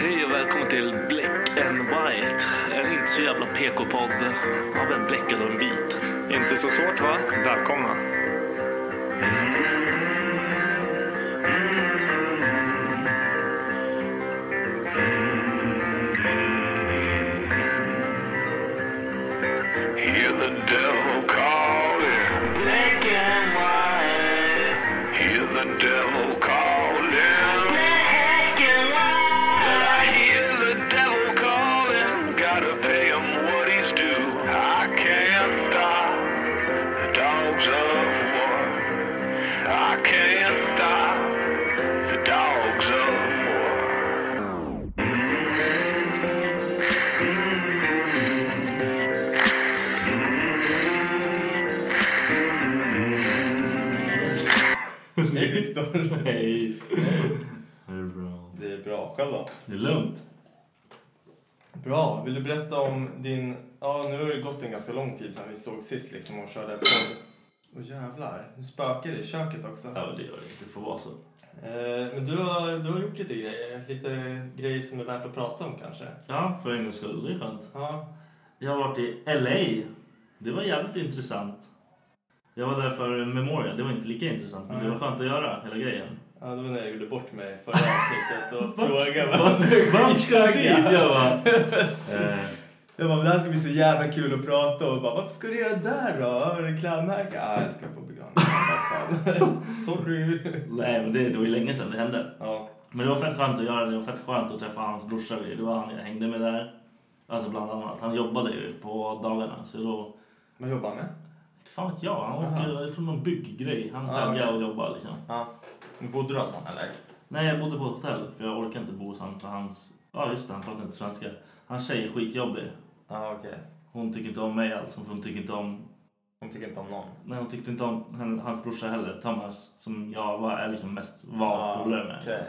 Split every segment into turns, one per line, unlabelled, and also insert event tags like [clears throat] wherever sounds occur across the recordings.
Hej och välkommen till Black and White. En inte så jävla PK-podd av en bläckad och en vit.
Inte så svårt va? Välkomna.
Hear the devil calling. Black and white. Hear the devil calling. Black and white. I hear the devil calling. Gotta pay him what he's due. I can't stop the dogs of war. I can't stop the dogs of war.
Hej Viktor!
Hej.
Det är bra.
Det är bra, själv då?
Det är lugnt.
Bra, vill du berätta om din... Ja, nu har det gått en ganska lång tid sedan vi såg sist liksom och körde podd. Åh jävlar, nu spökar det i köket också.
Ja, det gör det. Det får vara så.
Eh, men du har, du har gjort lite grejer, lite grejer som är värt att prata om kanske?
Ja, för en gångs skull. Det är skönt.
Ja,
Jag har varit i LA. Det var jävligt intressant. Jag var där för en memorial. Det var inte lika intressant, men det var skönt att göra hela grejen.
ja det var när jag gjorde bort mig förra avsnittet
[laughs]
och frågade
Varför varför ska jag dit? Jag bara... eh,
Jag bara, men det här ska bli så jävla kul att prata om. Och bara, varför ska du göra där då? Har du klädmärke? Ah, jag ska på begravning. Vad
[laughs]
fan. Sorry.
Nej, men det, det var ju länge sedan det hände.
Ja,
Men det var fett skönt att göra det. Det var fett skönt att träffa hans brorsa. Det var han jag hängde med där. Alltså bland annat. Han jobbade ju på dagarna. Så då...
vad jobbar han med?
Inte fan vet jag. Han åkte, jag tror någon bygggrej. Han
Aha.
taggade och jobbade liksom.
Ja. Men bodde du hos honom eller?
Nej, jag bodde på ett hotell. För jag orkade inte bo hos han för hans... Ja, just det. Han pratade inte svenska. Hans tjej är skitjobbig.
Ja, okej.
Hon tycker inte om mig alls. För hon tycker inte om...
Hon tycker inte om någon.
Nej, hon tyckte inte om henne- hans brorsa heller. Thomas. Som jag var, är liksom mest var polare med.
Ah, okej.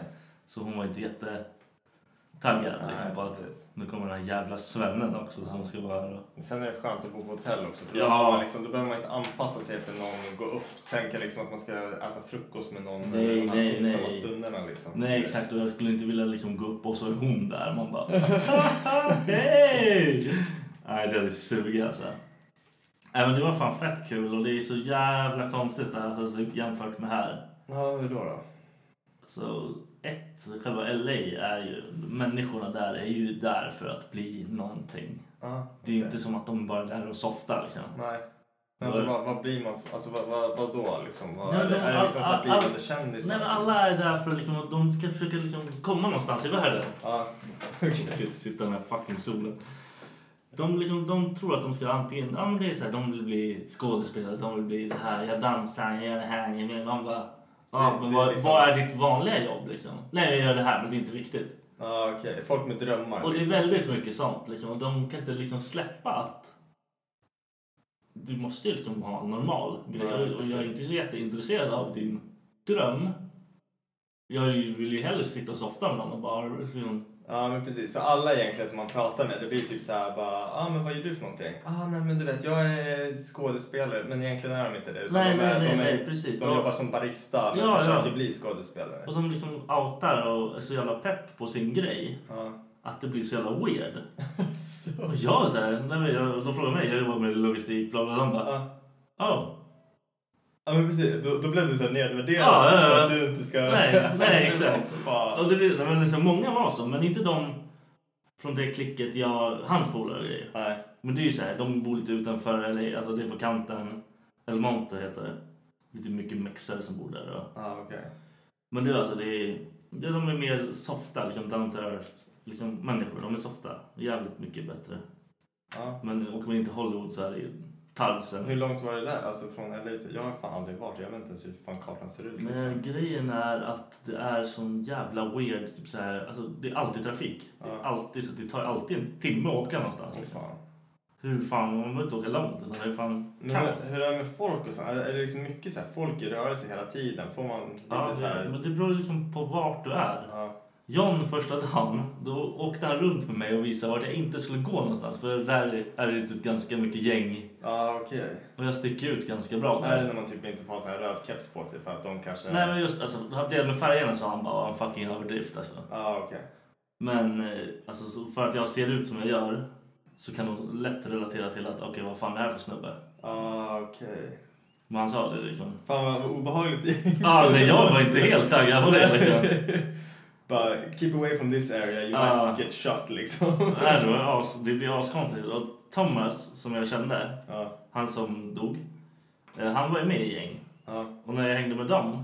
Så hon var inte jättetaggad liksom,
Nej,
på att
precis.
nu kommer den här jävla svennen också som ska vara här. och-
Men Sen är det skönt att bo på hotell också. För
Ja.
då, har man liksom, då behöver man inte anpassa sig efter någon. Gå upp tänka liksom att man ska äta frukost med någon.
Nej,
eller de här
nej,
pinsamma
nej.
stunderna liksom.
Nej exakt och jag skulle inte vilja liksom gå upp och så är hon där. Man
[laughs]
bara hej! Nej det hade sugit alltså. Nej men det var fan fett kul och det är så jävla konstigt där alltså, så jämfört med här.
Ja, hur då? då?
Så ett, själva LA är ju, människorna där är ju där för att bli någonting.
Ja,
Det är ju inte som att de bara är där och softar liksom.
Nej. Men alltså,
Då-
vad, vad blir man? för- Alltså, vad, vad, vad då liksom? Vad,
Nej,
är,
men
det,
de-
är det liksom
all-
så här
all-
blivande
Nej,
kändisar?
men alla är där för liksom, att de ska försöka liksom komma någonstans i världen.
Ja, okej.
Sitta i den här fucking solen. De, liksom, de tror att de ska antingen, ja men det är så här, de vill bli skådespelare, de vill bli det här, jag dansar, jag gör det här, jag vill, man bara, ja
Det-
men
det är
vad,
liksom-
vad är ditt vanliga jobb liksom? Nej jag gör det här men det är inte viktigt.
[laughs] Ja, okej. Folk med drömmar.
Och det är
liksom.
väldigt mycket sånt liksom, och de kan inte liksom släppa att du måste ju liksom ha en normal grej
Ja,
och jag är
precis.
inte så jätteintresserad av din dröm. Jag vill ju hellre sitta och softa med någon och bara liksom,
Ja, men precis. Så alla egentligen som man pratar med, det blir typ så här bara, ja ah, men vad gör du för någonting? Ah, nej men du vet, jag är skådespelare. Men egentligen är de inte det. utan
Nej,
de är,
nej,
de
nej,
är,
nej, precis.
De
De-
jobbar som barista, men
Ja,
försöker
ja.
bli skådespelare.
Och de liksom outar och är så jävla pepp på sin grej
Ja.
att det blir så jävla
[laughs]
weird. Och jag så här, nej, men jag, de frågar mig, jag jobbar med logistik, bla bla bla. De bara,
Ja.
oh,
Ja men precis, då, då blev du så här nedvärderad
Ja, ja, ja.
för att [laughs] du inte ska...
nej, nej exakt.
Bara-
Och det blir, nej, men liksom, många var så, men inte de från det klicket jag, hans polare och grejer.
Nej.
Men det är ju så här, de bor lite utanför, eller alltså det är på kanten, El Monte heter det. Lite mycket mexare som bor där. Och,
Ja, okej.
men det är alltså, det är, det, de är mer softa, liksom down to earth, liksom människor. De är softa, jävligt mycket bättre.
Ja.
Men åker man inte Hollywood så är det ju Tarvsen.
Hur långt var det där? Alltså från LA till... Jag har fan aldrig varit Jag vet inte ens hur fan kartan ser ut.
Men
Liksom.
grejen är att det är sån jävla weird, typ så här, alltså det är alltid trafik. Det, är
Ja.
alltid, så det tar alltid en timme att åka någonstans.
Åh,
Liksom.
fan.
Hur fan, man behöver inte åka långt. Utan det är fan
Men
kaos.
hur, hur är det med folk och så? Är, är det liksom mycket så här folk i rörelse hela tiden? Får man lite
Ja,
så
det,
här...
men det beror liksom på vart du är.
Ja.
John första dagen, då åkte han runt med mig och visade vart jag inte skulle gå någonstans. För där är det ju typ ganska mycket gäng
Ja, okej.
och jag sticker ut ganska bra.
Är det när man typ inte får ha sån här röd keps på sig för att de kanske...
Nej men just alltså, det med färgerna sa han bara var en fucking överdrift alltså.
Ja, okej.
Men eh, alltså, så för att jag ser ut som jag gör så kan de lätt relatera till att okej, vad fan är det här för snubbe?
Ja, okej.
Men han sa det
[laughs]
liksom.
Fan vad obehagligt.
Ja, men jag var inte helt taggad på det liksom.
Bara keep away from this area, you
Ja.
might get shot liksom.
[laughs] Nej, det, var as, det blev askonstigt. Och Thomas, som jag kände,
Ja,
han som dog, eh, han var ju med i gäng.
ja,
Och när jag hängde med dem,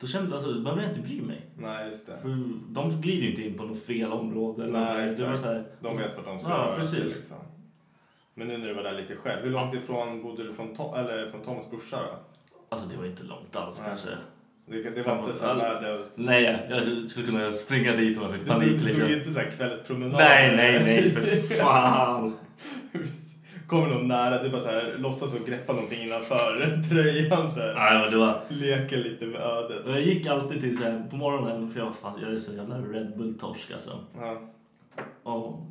då kände jag att alltså, behöver jag inte bry mig.
nej just det.
För de glider ju inte in på något fel område. Eller
Nej,
så här. det var
exakt.
så här,
De vet vart de ska
Ja,
röra sig
precis.
liksom. Men nu när du var där lite själv, hur långt ifrån bodde du från, Tom, eller från Thomas brorsa då?
Alltså det var inte långt alls
Nej.
kanske.
Det, det var inte så här
Ja.
världen...
Nej, jag skulle kunna springa dit om jag fick
Du tog,
panik.
du
liksom.
tog inte så här kvällspromenad?
Nej, nej, nej, för fan.
[laughs] Kommer någon nära, du bara så här, låtsas och greppa någonting innanför [laughs] tröjan så här.
Nej, men det var...
Leker lite med ödet.
Och Jag gick alltid till så här, på morgonen, för jag, var fan, jag är så jävla Red Bull-torsk alltså.
Ja,
Och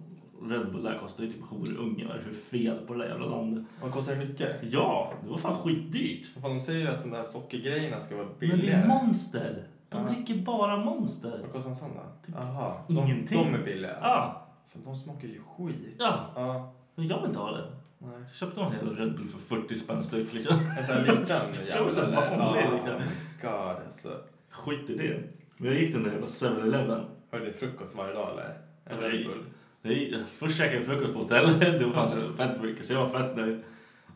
Red Bull där kostar ju typ horunge, vad är det för fel på det där jävla landet?
vad kostar det mycket?
Ja, det var fan skitdyrt.
Fan, de säger ju att de där sockergrejerna ska vara
Men det är
billigare.
monster. De
Ja.
dricker bara monster.
Vad kostar en sån då? Aha, de,
Typ Ingenting.
de är billiga?
Ja,
Fan, de smakar ju skit.
ja.
Ja,
Men jag vill inte ha det.
nej.
Så köpte de en hel Red Bull för 40 spänn styck liksom.
En sån här liten
Jag måste
jävel,
bara
eller?
om [laughs] det,
Ja,
liksom.
oh my god alltså.
Skit i det. Men jag gick den där jävla 7-Eleven.
Har du din frukost varje dag eller? En Red Bull?
Nej, först käkade jag frukost på hotellet. [laughs] Det fanns det fett mycket, så jag var fett nöjd.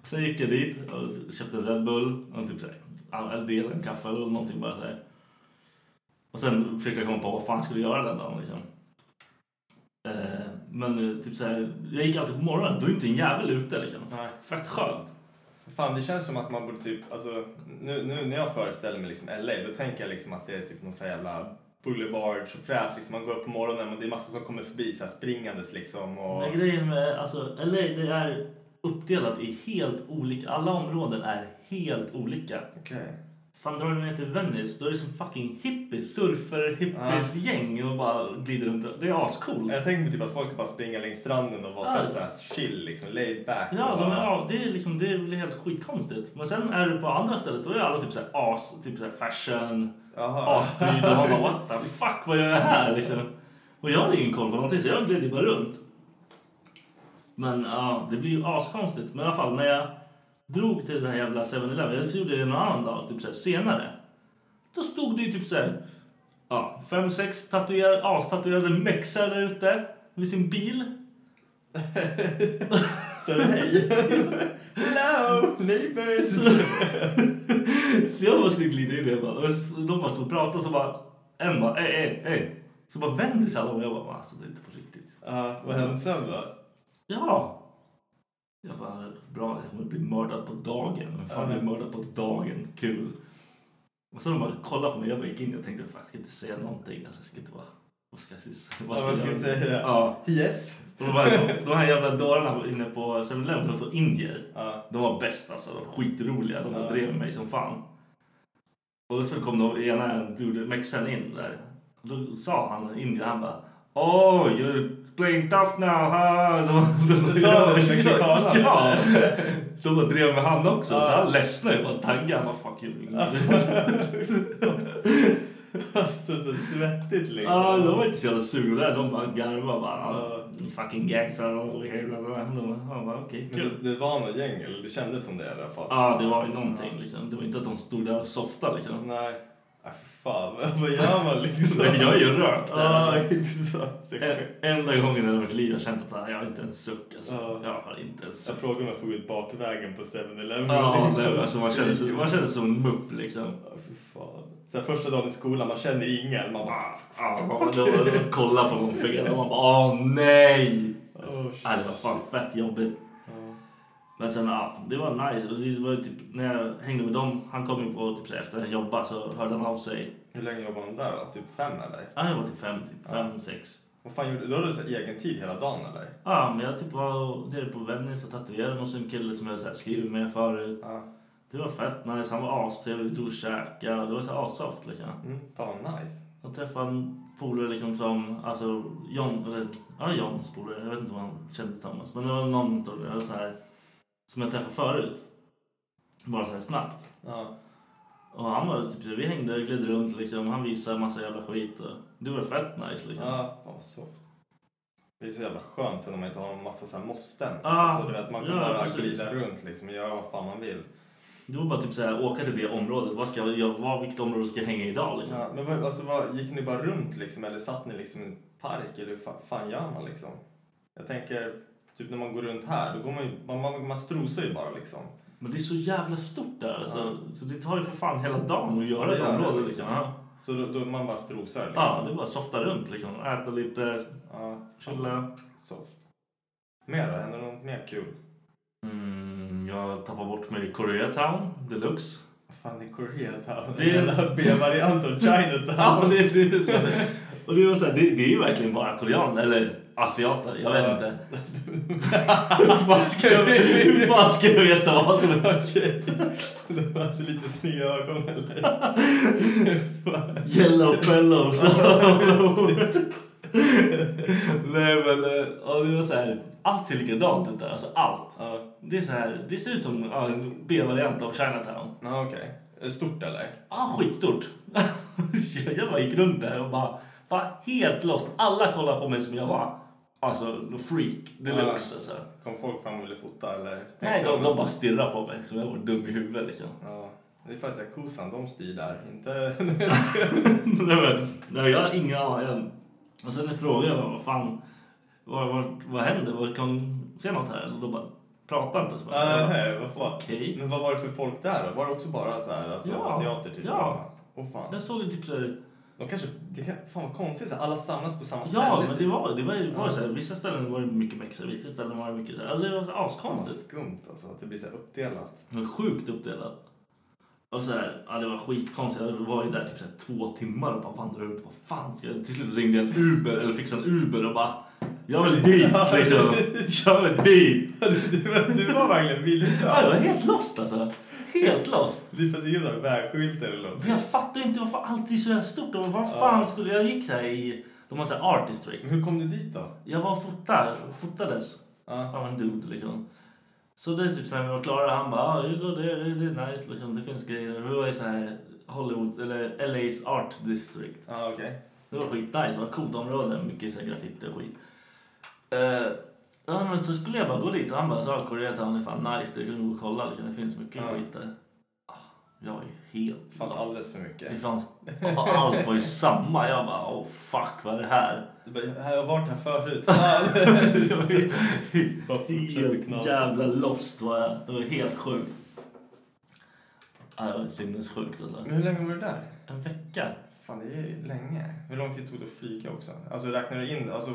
Sen gick jag dit och köpte en Red Bull och typ såhär, en del, en kaffe eller någonting bara såhär. Och sen försökte jag komma på vad fan jag skulle göra den dagen liksom. Eh, men eh, typ såhär, jag gick alltid på morgonen. Då är inte en jävel ute liksom.
Nej.
Fett skönt.
Fan det känns som att man borde typ, alltså nu, nu när jag föreställer mig liksom LA då tänker jag liksom att det är typ någon sån här jävla boulevard så fräs liksom. Man går upp på morgonen och det är massa som kommer förbi så här springandes liksom och...
Men grejen med alltså, LA, det är uppdelat i helt olika, alla områden är helt olika.
Okej.
Fan drar du ner till Venice då är det som fucking hippies, surfer, hippies, gäng och bara glider runt. Det är ascoolt.
Jag tänker mig typ att folk bara springer längs stranden och vara
Ja.
fett så här chill liksom, laid back.
Ja,
och
de är,
bara...
ja, det, är liksom, det blir helt skitkonstigt. Men sen är du på andra stället då är alla typ såhär as, typ såhär fashion,
Jaha.
aspryd och man bara what the fuck vad gör jag här liksom. Och jag hade ingen koll på någonting så jag gled ju bara runt. Men ja, det blir ju askonstigt. Men i alla fall när jag drog till den här jävla 7-Eleven, jag gjorde det någon annan dag, typ så här, senare. Då stod det ju typ så här, ja, fem, sex tatuerade, astatuerade mexar där ute med sin bil.
Så du hej? Hello "Oh, neighbors! [laughs]
Så jag bara skulle glida in och jag bara, och s- de bara stod och pratade så bara, en bara, ey, ey, ey. Så bara vände sig alla och jag bara, alltså det är inte på riktigt.
Ja, vad hände sen då?
Ja, Jag bara, bra, jag kommer bli mördad på dagen. Men fan,
Ja.
blir mördad på dagen, kul. Och så de bara kollade på mig, jag bara gick in och tänkte, fan, jag ska inte säga någonting. Alltså, jag ska inte vara... Vad ska jag säga?
Vad ska jag säga?
Ja.
Yes.
Och de, bara, de här jävla dårarna inne på 7-Eleven, de tog indier.
Ja. [laughs]
De var bäst alltså, de var skitroliga. De
Ja.
drev med mig som fan. Och så kom de ena dude, mexan in där. Och då sa han, indier, han bara Oh, you're playing tough now, huh? De, de,
Det
[laughs]
sa den mexikanen.
ja, de bara drev med han också.
Ja.
Så han ledsnade ju, bara taggade. Han bara,
[laughs]
fuck you.
Alltså så svettigt liksom.
Ja, de var inte så jävla sura. De bara garvade bara.
Ja.
"Ni Fucking gangster. och hela det där." De bara, "Ja, bara, okej,
Men
kul.
du, du var något gäng, eller det kändes som det i alla fall.
Ja, det var ju någonting liksom. Det var inte att de stod där och softade liksom.
Nej. Ah, fy fan, [laughs] vad gör man liksom?
Men jag är
[laughs]
ju rökt där
Ja,
alltså.
exakt.
En- Enda gången i hela mitt liv jag känt att så här, jag har inte en suck alltså.
Ja.
Jag har inte en
Jag
suck.
frågade om jag får gå ut bakvägen på 7-Eleven. [laughs]
Ja,
Liksom.
det, alltså, man, känner sig, man känner sig som en mupp liksom.
Ja, fy fan. Sen första dagen i skolan, man känner ingen. Man bara... "Ah,
Ja, man- då- då kollar på någon fel och man bara åh nej!
Oh, shit. Ah.
Ja, det var fan fett jobbigt. Men sen ja, det var nice. Och Det var ju typ, när jag hängde med dem, han kom ju på typ så här, efter jag jobbade så hörde han av sig.
Hur länge jobbade han där då? Typ fem eller?
Ja, jag var typ fem, typ
Ah.
fem, sex.
Vad fan gjorde du? Då hade du så här egen tid hela dagen eller?
Ja, men jag typ var där på Venice och tatuerade och så en kille som jag så här skrivit med förut.
Ja.
Det var fett nice. Han var astrevlig. Vi tog och käkade. Det var så här assoft liksom.
Mm, fan vad nice.
Jag träffade en polare liksom som, alltså John, eller ja Johns polare. Jag vet inte om han kände Thomas. Men det var någon av dem, så här, som jag träffade förut. Bara så här snabbt.
Ja.
Och han var typ så här, vi hängde och gled runt liksom. Han visade massa jävla skit och det var fett nice liksom.
Ja, fan vad soft. Det är så jävla skönt sen om man inte har en massa så här måsten.
Ja,
alltså, du vet, man kan
Ah, ja,
bara
precis.
glida runt liksom och göra vad fan man vill.
Det var bara typ så här, åka till det området. Vad ska jag, göra? vad, vilket område ska jag hänga i idag liksom?
Ja, men vad, alltså, vad, gick ni bara runt liksom eller satt ni liksom i en park eller hur fa- fan gör man liksom? Jag tänker, typ när man går runt här, då går man ju, man, man, man strosar ju bara liksom.
Men det är så jävla stort där alltså. Så det tar ju för fan hela dagen att göra
Det
ett
gör det,
område
liksom.
liksom. Ja.
Så då, då man bara strosar liksom.
Ja, det är bara att softa runt liksom. Äta lite,
Ja,
chilla.
soft. Mer då? Händer något mer kul?
Mm, jag tappar bort mig i Koreatown deluxe.
Vad fan är Koreatown?
Det är-
en B-variant av Chinatown.
[laughs] [laughs] Ja, det, det, och det, var så här, det, det är ju verkligen bara koreaner, eller asiater. Jag vet
Ja.
inte. [laughs] Hur fan ska jag- Hur fan ska jag veta vad som är...
Okej. Det var alltså lite sneda ögon eller?
[laughs]
Fan.
Yellow
[laughs]
fellows. Nej men, eh, ja, det var så här, allt ser likadant ut där. Alltså allt.
Ja,
Det, är så här, det ser ut som ja, en B-variant av Chinatown.
ja, okej. Är det Stort eller?
Ja, Ah, skitstort. [laughs] jag bara gick runt där och bara var helt lost. Alla kollade på mig som jag var alltså någon freak deluxe. Alltså.
Kom folk fram och ville fota eller? Tänkte
Nej, de, de bara stirrade på mig som jag var dum i huvudet liksom. [laughs]
Ja, det är för att kosan, de styr där. Inte...
nej, men, nej, jag har inga aningar. Och sen frågade jag vad fan, vad, vad, vad händer? Vad kan se något här? Och då bara, prata inte. Så bara, jag bara,
[laughs] Nej, vad fan.
Okej.
Men vad var det för folk där då? Var det också bara så här, alltså,
Ja.
asiater typ?
Ja.
Åh fan.
jag såg ju typ såhär,
De kanske... Det kan, fan vad konstigt, så här, alla samlas på samma
ja men
ställe.
det var, det var, det var såhär, vissa ställen var det mycket mexare, vissa ställen var det mycket, alltså det var så här
Fan vad
askonstigt.
skumt alltså, att det blir så här uppdelat. [laughs]
Det var sjukt uppdelat. Och så här, ja, det var skitkonstigt. Jag var ju där typ så här två timmar och bara vandrade runt. Vad fan ska jag? Till slut ringde jag en Uber eller fixade en Uber och bara jag vill dit liksom. Jag vill dit.
du var
Ja,
verkligen
jag
vilsen.
var helt lost alltså. Helt lost.
Det är för att det är så här vägskyltar eller något.
Men jag fattar ju inte varför allt är så här stort. Och vad fan skulle jag gick så här i de har så här art district.
Men Hur kom du dit då?
Jag var och fotade, fotades
Ja.
av en dude liksom. Så det är typ så när vi var klara, han bara ah, you go there, det, det är nice liksom, det finns grejer. Vi var i så här Hollywood, eller LA's Art District.
Ja, okej.
Det var skitnice, det var ett coolt område, mycket så här graffiti och skit. Eh, ja, men så skulle jag bara gå dit och han bara sa Koreatown är fan nice, du kan gå och kolla liksom, det finns mycket
Ja.
skit där. Ah, Jag var ju helt...
Det fanns alldeles för mycket.
Det fanns... ah, Allt var ju samma. Jag bara oh fuck vad är det här?
Du bara, "Jag har varit här förut. [laughs]
[laughs]
Bara fortsätter
Helt
knalla.
jävla lost var jag. Det var helt sjukt. Ja, det var sinnessjukt alltså.
Men hur länge var du där?
En vecka?
Fan, det är länge. Hur lång tid tog det att flyga också? Alltså räknar du in, alltså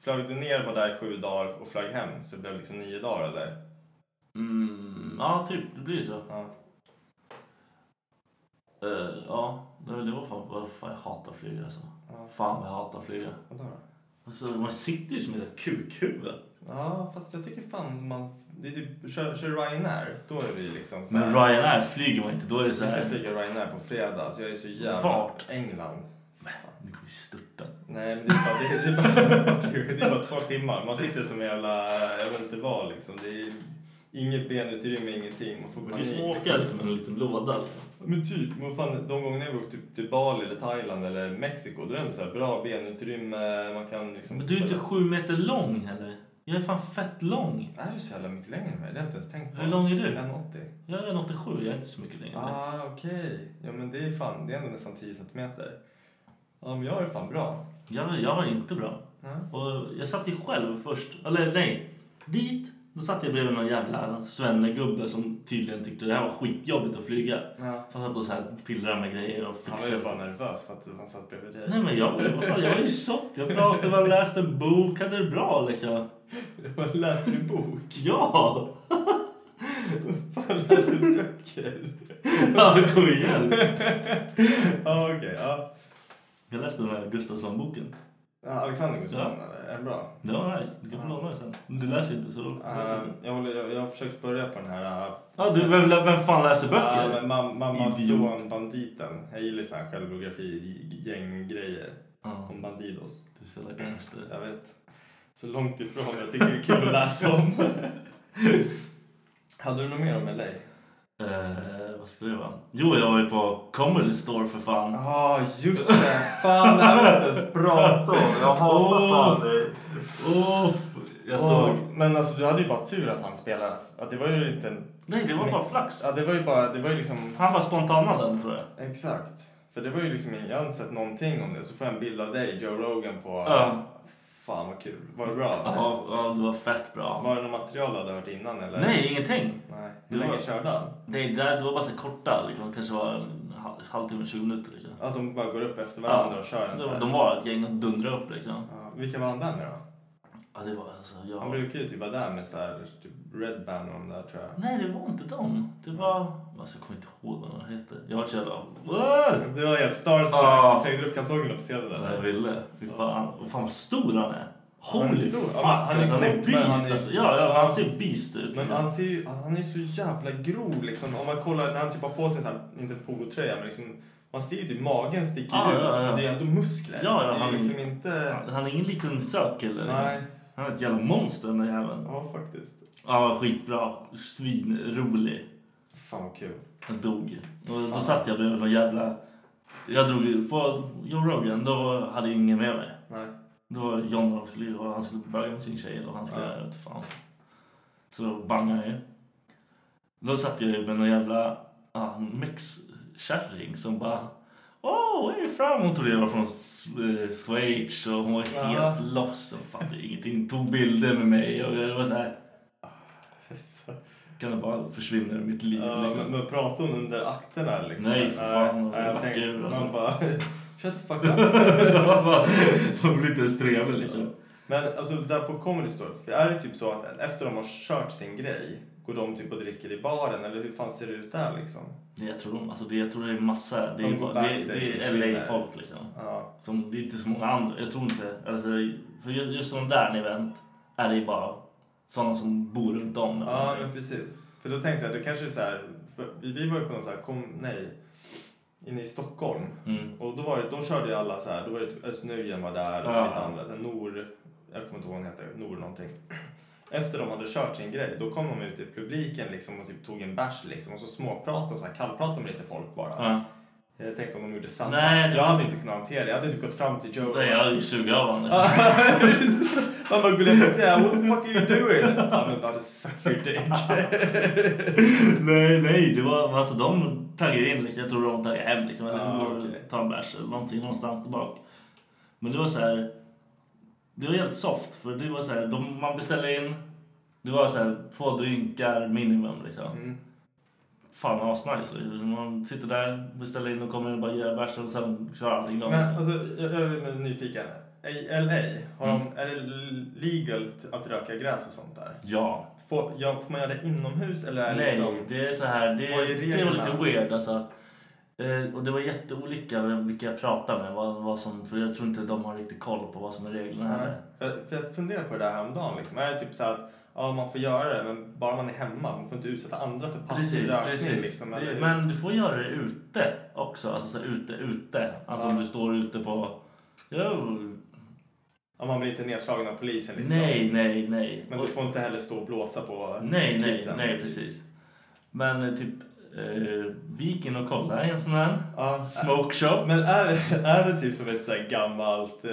flög du ner var där i sju dagar och flög hem så det blev liksom nio dagar eller?
Mm, ja, typ. Det blir så.
Ja.
Eh, ja, det var- det var fan... Vad fan, jag hatar flygare alltså.
Ja.
Fan vad jag hatar flygare.
Vadå då?
Alltså, man sitter ju som ett kukhuvud.
Ja, fast jag tycker fan man... Det är typ, kör, kör Ryanair, då är vi liksom... så
Men
här-
Ryanair flyger man inte. Då är det så
Jag ska
här...
flyga Ryanair på fredag, så jag är så jävla...
Vart?
England.
Nu kommer vi störta.
Nej, men det är bara, det är, det är bara, [laughs] det är bara två timmar. Man sitter som en jävla... Jag vet inte vad liksom. Det är inget benutrymme, ingenting. Man får
Men Vi ska
panik.
åka liksom en liten låda. liksom.
Men typ, men fan, de gångerna jag har åkt typ till Bali eller Thailand eller Mexiko, då är det ändå så här bra benutrymme. Man kan liksom...
Men du är inte sju meter lång heller. Jag är fan fett lång.
Är du så jävla mycket längre än mig? Det har jag inte ens tänkt på.
Hur lång är du?
1,80.
Jag är 87, jag är inte så mycket längre.
Ah, okej. Ja, men det är fan, det är ändå nästan 10 centimeter. Ja, men jag är fan bra.
Jag, jag var inte bra.
Ja.
Och jag satt ju själv först. Eller nej, dit. Då satt jag bredvid någon jävla svennegubbe som tydligen tyckte det här var skitjobbigt att flyga.
Ja.
För han satt och så här pillrade med grejer och
Han var ju
fixade.
bara nervös för att han satt bredvid dig.
Nej men jag, vad fan, jag var ju soft. Jag pratade, jag läste en bok, hade det bra liksom.
Jag läste ju bok.
Ja!
Fan, läser du böcker?
Ja, kom igen.
Ja, okej. ja.
Jag läste den här Gustafsson-boken.
Ja, Alexander Gustafsson, eller? är den bra?
Det var nice. Du kan få låna den sen. Men Du lär sig inte så.
Eh,
Ah.
jag, håller, jag, jag har försökt börja på den här... Uh,
Ja, du, vem, vem fan läser böcker?
men mam, mamma,
Idiot.
son, banditen. Jag gillar så här självbiografi-gänggrejer.
Ja.
Om Bandidos.
Du är så jävla gangster.
Jag vet. Så långt ifrån jag tycker det är kul att läsa om. [laughs] Hade du något mer om LA?
[laughs] Eh, vad skulle det vara? Jo, jag var ju på Comedy Store för fan.
Ja, ah, just det! Fan, det här var inte ens prata om. Jag hatar fan dig.
Åh, jag såg...
Åh, Men alltså, du hade ju bara tur att han spelade. Att det var ju inte en...
Nej, det var bara flax.
Ja, det var ju bara... Det var ju liksom...
Han var spontanad den, tror jag.
Exakt. För det var ju liksom... Jag har inte sett någonting om det. Så får jag en bild av dig, Joe Rogan, på...
Ja.
Fan, vad kul. Var det bra?
Ja, ja, det var fett bra.
Var det något material du hade hört innan, eller?
Nej, ingenting.
Nej.
Det
Hur länge
var-
körde han?
Nej, det, där, det var bara så här korta. Liksom. Kanske var en hal- halvtimme, 20 minuter. Liksom.
Att de bara går upp efter varandra och kör en så
de,
här.
de var ett gäng och dundrade upp liksom.
Ja, vilka var han där med då?
Ja, det var alltså...
Han
Jag...
brukar ju typ vara där med så här, typ Red Band och de där tror jag.
Nej, det var inte dem. Det var... Mm. Alltså, jag kommer inte ihåg vad de heter. Jag var så jävla... Wow!
Det var helt starstruck.
Ja.
Slängde upp kalsongerna på scenen
Ja, Jag
eller?
ville. Fy fan. Och fan vad stor han är.
är
Holy
stor.
fuck.
Ja, men han är
alltså, han är
kort, men han
beast
är-
alltså. Ja, ja,
Ja.
han ser beast ut. liksom.
Men han ser ju, han är ju så jävla grov liksom. Om man kollar när han typ har på sig så här, inte polotröja men liksom. Man ser ju typ magen sticker
Ja,
ut.
ja, ja.
Men det är ändå muskler.
Ja, ja,
det är
han-
ju liksom inte...
han är ingen liten söt kille. Liksom.
Nej.
Han är ett jävla monster den där jäveln.
Ja faktiskt.
Ja, skitbra. Svinrolig.
Fan vad kul.
Jag dog. Och då satt jag bredvid någon jävla... Jag drog ju på Joe Rogan. Då var- hade jag ingen med mig.
Nej. [laughs]
Då var John och skulle, och han skulle böga med sin tjej och han skulle, jag vet fan. Så då bangade jag ju. Då satt jag ju med någon jävla ah, mexkärring som bara Åh, where are you from? Hon trodde jag var från S- eh, Schweiz och hon var helt loss och fattade ingenting. Tog bilder med mig och jag var såhär, kan det bara försvinna ur mitt liv
Ja,
liksom. [laughs]
men, men pratar hon under akterna liksom?
Nej, för fan, vacker,
Nej, jag tänkte,
alltså.
man bara... [laughs] Shut the fuck up.
Jag bara- Hon blev inte ens trevlig liksom.
Men alltså där på Comedy Store, för är det typ så att efter de har kört sin grej, går de typ och dricker i baren eller hur fan ser det ut där liksom?
Nej, Jag tror, de, alltså, det, jag tror det är massa, det
De
är,
går
bara- det,
backstage och
det är
försvinner.
LA-folk liksom.
Ja,
Som, det är inte så många andra. Jag tror inte... Alltså, för ju- just sådana där event är det ju bara sådana som bor runt om.
ja men precis. För då tänkte jag, då kanske det är så här, för vi vi var ju på någon så här, kom, nej, inne i Stockholm.
Mm.
Och då var det, då körde ju alla så här, då var det typ Özz Nujen var där och så
Ja.
lite andra, så här, Nor, jag kommer inte ihåg vad hon heter, Nor någonting. [clears throat] Efter de hade kört sin grej, då kom de ut i publiken liksom och typ tog en bärs liksom och så småpratade de, så här, kallpratade med lite folk bara.
Ja.
Jag tänkte om de gjorde samma.
Nej, det-
jag hade inte kunnat hantera det. Jag hade typ gått fram till Joe.
Nej, Jag är ju sugen av honom.
[laughs]
[laughs]
Han bara går upp där. What the fuck are you doing? Han bara, bara suck your dick.
nej, nej. Det var, alltså, de taggade in. Liksom. Jag tror de taggade hem. Liksom, eller
Ja,
går och
Ah, okej.
tar en bärs eller någonting någonstans tillbaka. Men det var så här... Det var helt soft. För det var så här, de, man beställde in. Det var så här, två drinkar minimum. Liksom.
Mm.
Fan asnice. liksom. Man sitter där, beställer in och kommer och bara ger bärsen och sen kör allting igång.
Men
liksom.
alltså, jag, jag är nyfiken. i LA, har
Mm.
de, är det legal att röka gräs och sånt där?
Ja.
Får, ja, får man göra det inomhus eller är det
Nej,
liksom...
det är så här. Det,
Vad är
det var lite
reglerna?
weird alltså. Eh, och det var jätteolika vilka jag pratade med. Vad, vad som, för jag tror inte de har riktigt koll på vad som är reglerna
Nej.
heller.
För, för jag funderar på det där häromdagen. Liksom. Är det typ så här att ja, man får göra det, men bara man är hemma. Man får inte utsätta andra för passiv
Precis,
rökning.
precis.
Liksom,
det,
eller-
men du får göra det ute också. Alltså så här, ute, ute. Alltså om du står ute på... Ja,
ja, man blir inte nedslagen av polisen. Liksom.
nej, nej, nej.
Men
Och-
du får inte heller stå och blåsa på
Nej, nej,
kidsen.
nej, precis. Men eh, typ, eh, vi gick in och kollade i en sån här
Ja.
smoke shop.
Men är, är det typ som ett så här gammalt... Eh,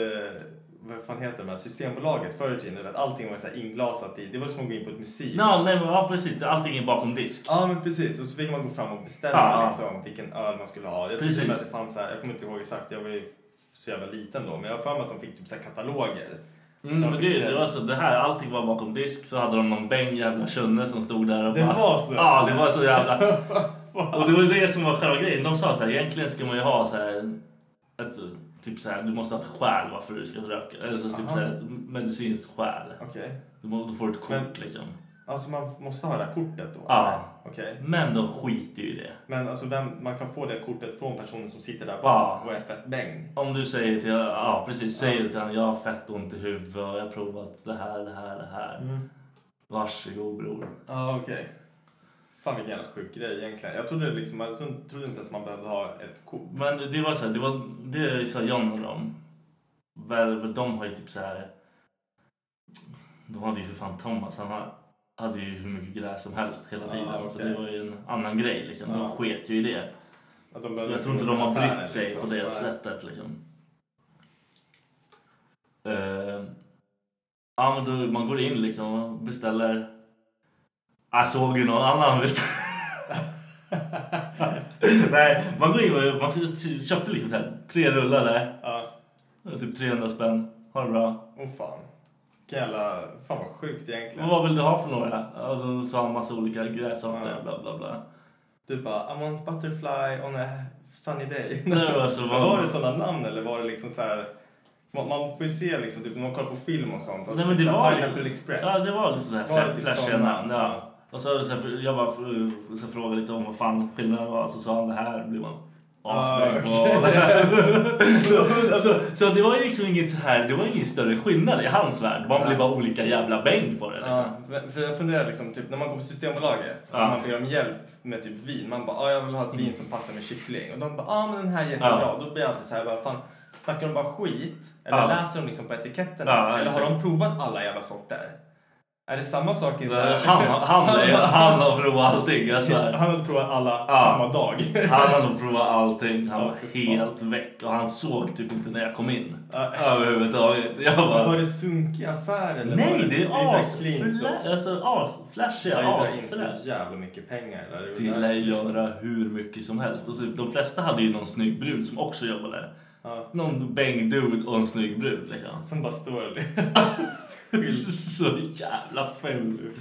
vad fan heter de här? Systembolaget förr i tiden. du vet, Allting var så här inglasat i. Det var som att gå in på ett museum.
Ja, nej, men, ja, precis. Allting är bakom disk.
Ja men precis, och så fick man gå fram och beställa
Ja.
liksom, vilken öl man skulle ha. Jag
Precis.
tyckte att det fanns så här, jag kommer inte ihåg exakt, jag var ju så jävla liten då. Men jag har för mig att de fick typ så här kataloger.
Mm,
De
men
fick
det, det var så, det här, allting var bakom disk så hade de någon bäng jävla tjunne som stod där och
Det
bara,
var så?
Ja, det var så
[laughs]
jävla... och det var det som var själva grejen. De sa så här, egentligen ska man ju ha så här, ett, typ så här, du måste ha ett skäl varför du ska röka. Eller så typ
Aha.
så här, ett medicinskt skäl.
Okej.
Du, må, du får ett kort
Men-
liksom.
Alltså man måste ha det här kortet då?
Ja.
Okej.
Men de skiter ju i det.
Men alltså vem, man kan få det kortet från personen som sitter där bak
Ja.
och är fett bäng?
Om du säger till, ja precis, säger till honom, jag har fett ont i huvudet och jag har provat det här, det här, det här.
Mm.
Varsågod bror.
Ja okej. Fan vilken jävla sjuk grej egentligen. Jag trodde, liksom, jag trodde trodde inte ens man behövde ha ett kort.
Men det var så här, det var, det sa John och dem. Väl, de har ju typ så här. De hade ju för fan Thomas, han ha- hade ju hur mycket gräs som helst hela
Ah,
tiden. Så
okej.
det var ju en annan grej liksom.
Ah.
De sket ju i det.
Att de
Så
behövde
jag tror inte
gå
de
till
har
affären,
brytt sig
liksom.
på det
Nej.
sättet liksom. Eh, ja men då, man går in liksom och beställer. Jag såg ju någon annan beställa. [laughs] Nej, man går in och man köpte liksom så här, tre rullar där.
Ja.
Det var Typ 300 spänn. Ha det bra.
Åh fan. Vilken jävla... Fan vad sjukt egentligen.
Vad vill du ha för några? Och så sa han massa olika grässorter.
Ja.
Bla bla bla.
Du bara, I want butterfly on a sunny day.
[laughs] Nej, men alltså,
Men
vad-
var det sådana namn eller var det liksom så här... Man, man får ju se liksom, typ, när man kollar på film och sånt. Alltså,
Nej, men det
typ
var
Pineapple Express.
Ja, det var lite sådär
Var det typ
flashiga
sådana?
namn. Ja. Och så, så här, jag bara för, så frågade lite om vad fan skillnaden var. Så sa han det här blir man asbäng på.
Ah,
[laughs] så, så, så det var ju liksom inget så här, det var ingen större skillnad i hans värld. Man blev bara olika jävla bäng på det. Liksom.
Ja, men- för jag funderar liksom, typ, när man går på Systembolaget
Ja.
och man ber om hjälp med typ vin. Man bara, ah, jag vill ha ett vin som passar med kyckling. Och de bara, ah, men den här är jättebra.
Ja.
Då blir jag alltid så här, bara, fan, snackar de bara skit? Eller
Ja.
läser de liksom på etiketterna?
Ja,
eller har
exakt.
de provat alla jävla sorter? Är det samma sak? i en så här-
Eh, Han, han,
[laughs]
han, han har provat allting, jag svär.
Han hade provat alla
Ja.
samma dag.
Han hade nog provat allting. Han
Ja,
var
fy fan.
helt väck och han såg typ inte när jag kom in.
Ja.
Överhuvudtaget. Jag
[laughs] Var
bara...
det sunkig affär eller? var
Nej, det
så
är
här
as...
cleant och-
fla- Alltså asflashiga
Jag drar in
asflä.
så jävla mycket pengar. Där. Det var
Det
där-
lär ju göra hur mycket som helst. Alltså, de flesta hade ju någon snygg brud som också jobbade där.
Ja.
Någon bäng dude och en snygg brud liksom. [laughs]
Som bara står där.
Så jävla ful.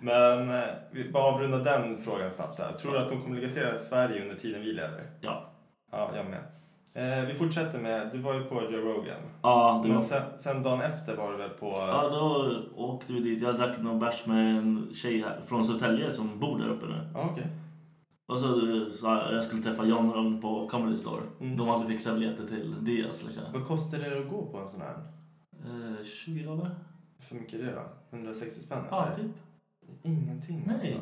Men eh, vi bara avrunda den frågan snabbt. Så här. Tror du att de kommer legalisera Sverige under tiden vi lever?
Ja.
Ja, jag med. Eh, vi fortsätter med, du var ju på Joe Rogan.
Ja, det var...
Men sen, sen dagen efter var du väl på...
Ja, då åkte vi dit. Jag drack någon bärs med en tjej här från Södertälje som bor där uppe nu.
Ja, okej.
Och så sa jag jag skulle träffa John och dem på Comedy Store.
Mm.
De hade fixat biljetter till Diaz. Liksom.
Vad kostar det att gå på en sån här?
Eh, 20 dollar?
Hur för mycket är det då? 160 spänn?
Ja,
eller?
typ.
Ingenting
Nej.
alltså.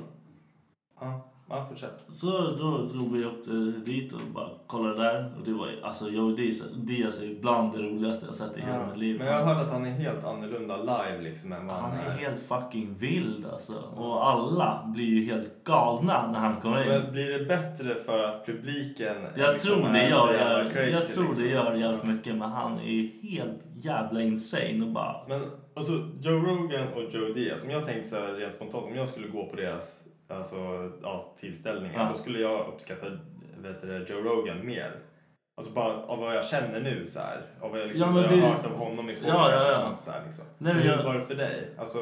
Ja, ja fortsätt.
Så då drog vi upp eh, dit och bara kollade där. Och det var ju- alltså Joe Diaz, Diaz är ju bland det roligaste jag sett i hela
Ja,
mitt liv.
Men jag har hört att han är helt annorlunda live liksom än vad
Han är helt fucking vild alltså. Och alla blir ju helt galna när han kommer in.
Men blir det bättre för att publiken...
Jag
liksom
tror det
är så
gör,
jävla
jag,
crazy,
jag tror
liksom?
det gör jävligt mycket men han är ju helt jävla insane och bara...
Men alltså Joe Rogan och Joe Diaz, om jag tänkte så här rent spontant, om jag skulle gå på deras alltså, ja, tillställningar,
Ja.
då skulle jag uppskatta vet du, det, Joe Rogan mer. Alltså bara av vad jag känner nu så här. Av vad jag, liksom,
Ja, men
vad jag
det-
har hört av honom i
Ja,
podcast
ja,
och
ja.
sånt så här liksom.
Nej, men
men
jag-
Hur var det för dig? Alltså,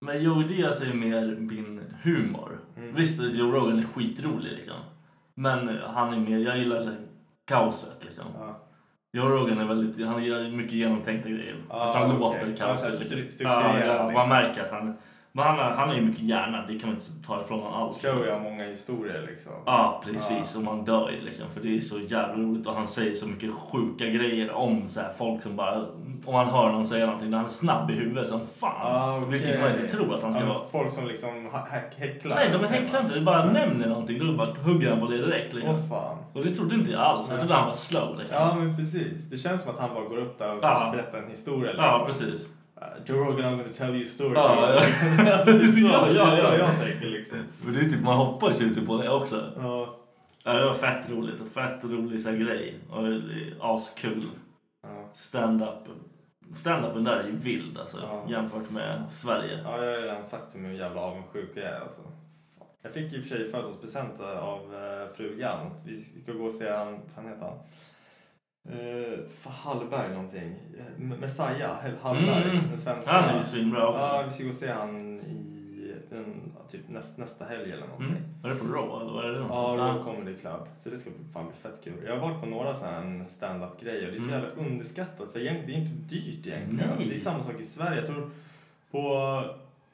Men Joe Diaz är ju mer min humor.
Mm.
Visst, Joe Rogan är skitrolig liksom. Men han är mer, jag gillar kaoset liksom.
ja.
Joe Rogan är väldigt, han gör mycket genomtänkta grejer.
Ah,
fast han låter
okej.
kanske
Ja, så
lite-
stru-
ja, ja,
strukturerad,
man
liksom.
märker att han... Men han, har- han har ju mycket hjärna, det kan man inte ta ifrån honom alls.
Joe har många historier liksom.
Ja, precis.
Ah.
Och man dör ju liksom. För det är så jävla roligt. Och han säger så mycket sjuka grejer om så här, folk som bara... Om man hör någon säga någonting, han är snabb i huvudet som fan.
Ah, okej.
Vilket man inte tror att han ska
Ja, men
vara.
Folk som liksom ha- häck- häcklar.
Nej, de
säger man.
häcklar inte. Det bara nämner någonting, då bara hugger han på det direkt. Liksom.
Åh fan.
Och det trodde inte jag alls. Jag trodde han var slow liksom.
Ja men precis. Det känns som att han bara går upp där och
Ja.
ska berätta en historia liksom.
Ja, precis.
Uh, Joe Rogan, I'm gonna tell you a story.
Ja, ja.
[laughs] alltså, det är så,
[laughs] Ja, ja,
Det är så
ja.
jag tänker liksom.
Men det är typ, man hoppades ju typ på det också.
Ja.
Ja, det var fett roligt. Och fett rolig så här, grej. Och det är askul.
Ja.
Stand-up. Stand-upen där är ju vild alltså.
Ja.
Jämfört med Sverige.
Ja, jag har ju redan sagt hur jävla avundsjuk jag är alltså. Jag fick i och för sig födelsedagspresent av eh, frugan. Vi ska gå och se han, han heter han? Eh, fan, Hallberg någonting. Eh, Messiah, eller Hallberg,
Mm.
den svenska.
Han är ju svinbra också.
Ja, vi ska gå och se han i den, typ näst, nästa helg eller någonting.
Mm. Var det på Raw eller var är det
Ja,
någonstans?
Royal Comedy Club. Så det ska fan bli fett kul. Jag har varit på några sådana stand-up grejer och det är så jävla underskattat för egentligen, det är inte dyrt egentligen.
Mm. Nej.
Alltså, det är samma sak i Sverige. Jag tror på,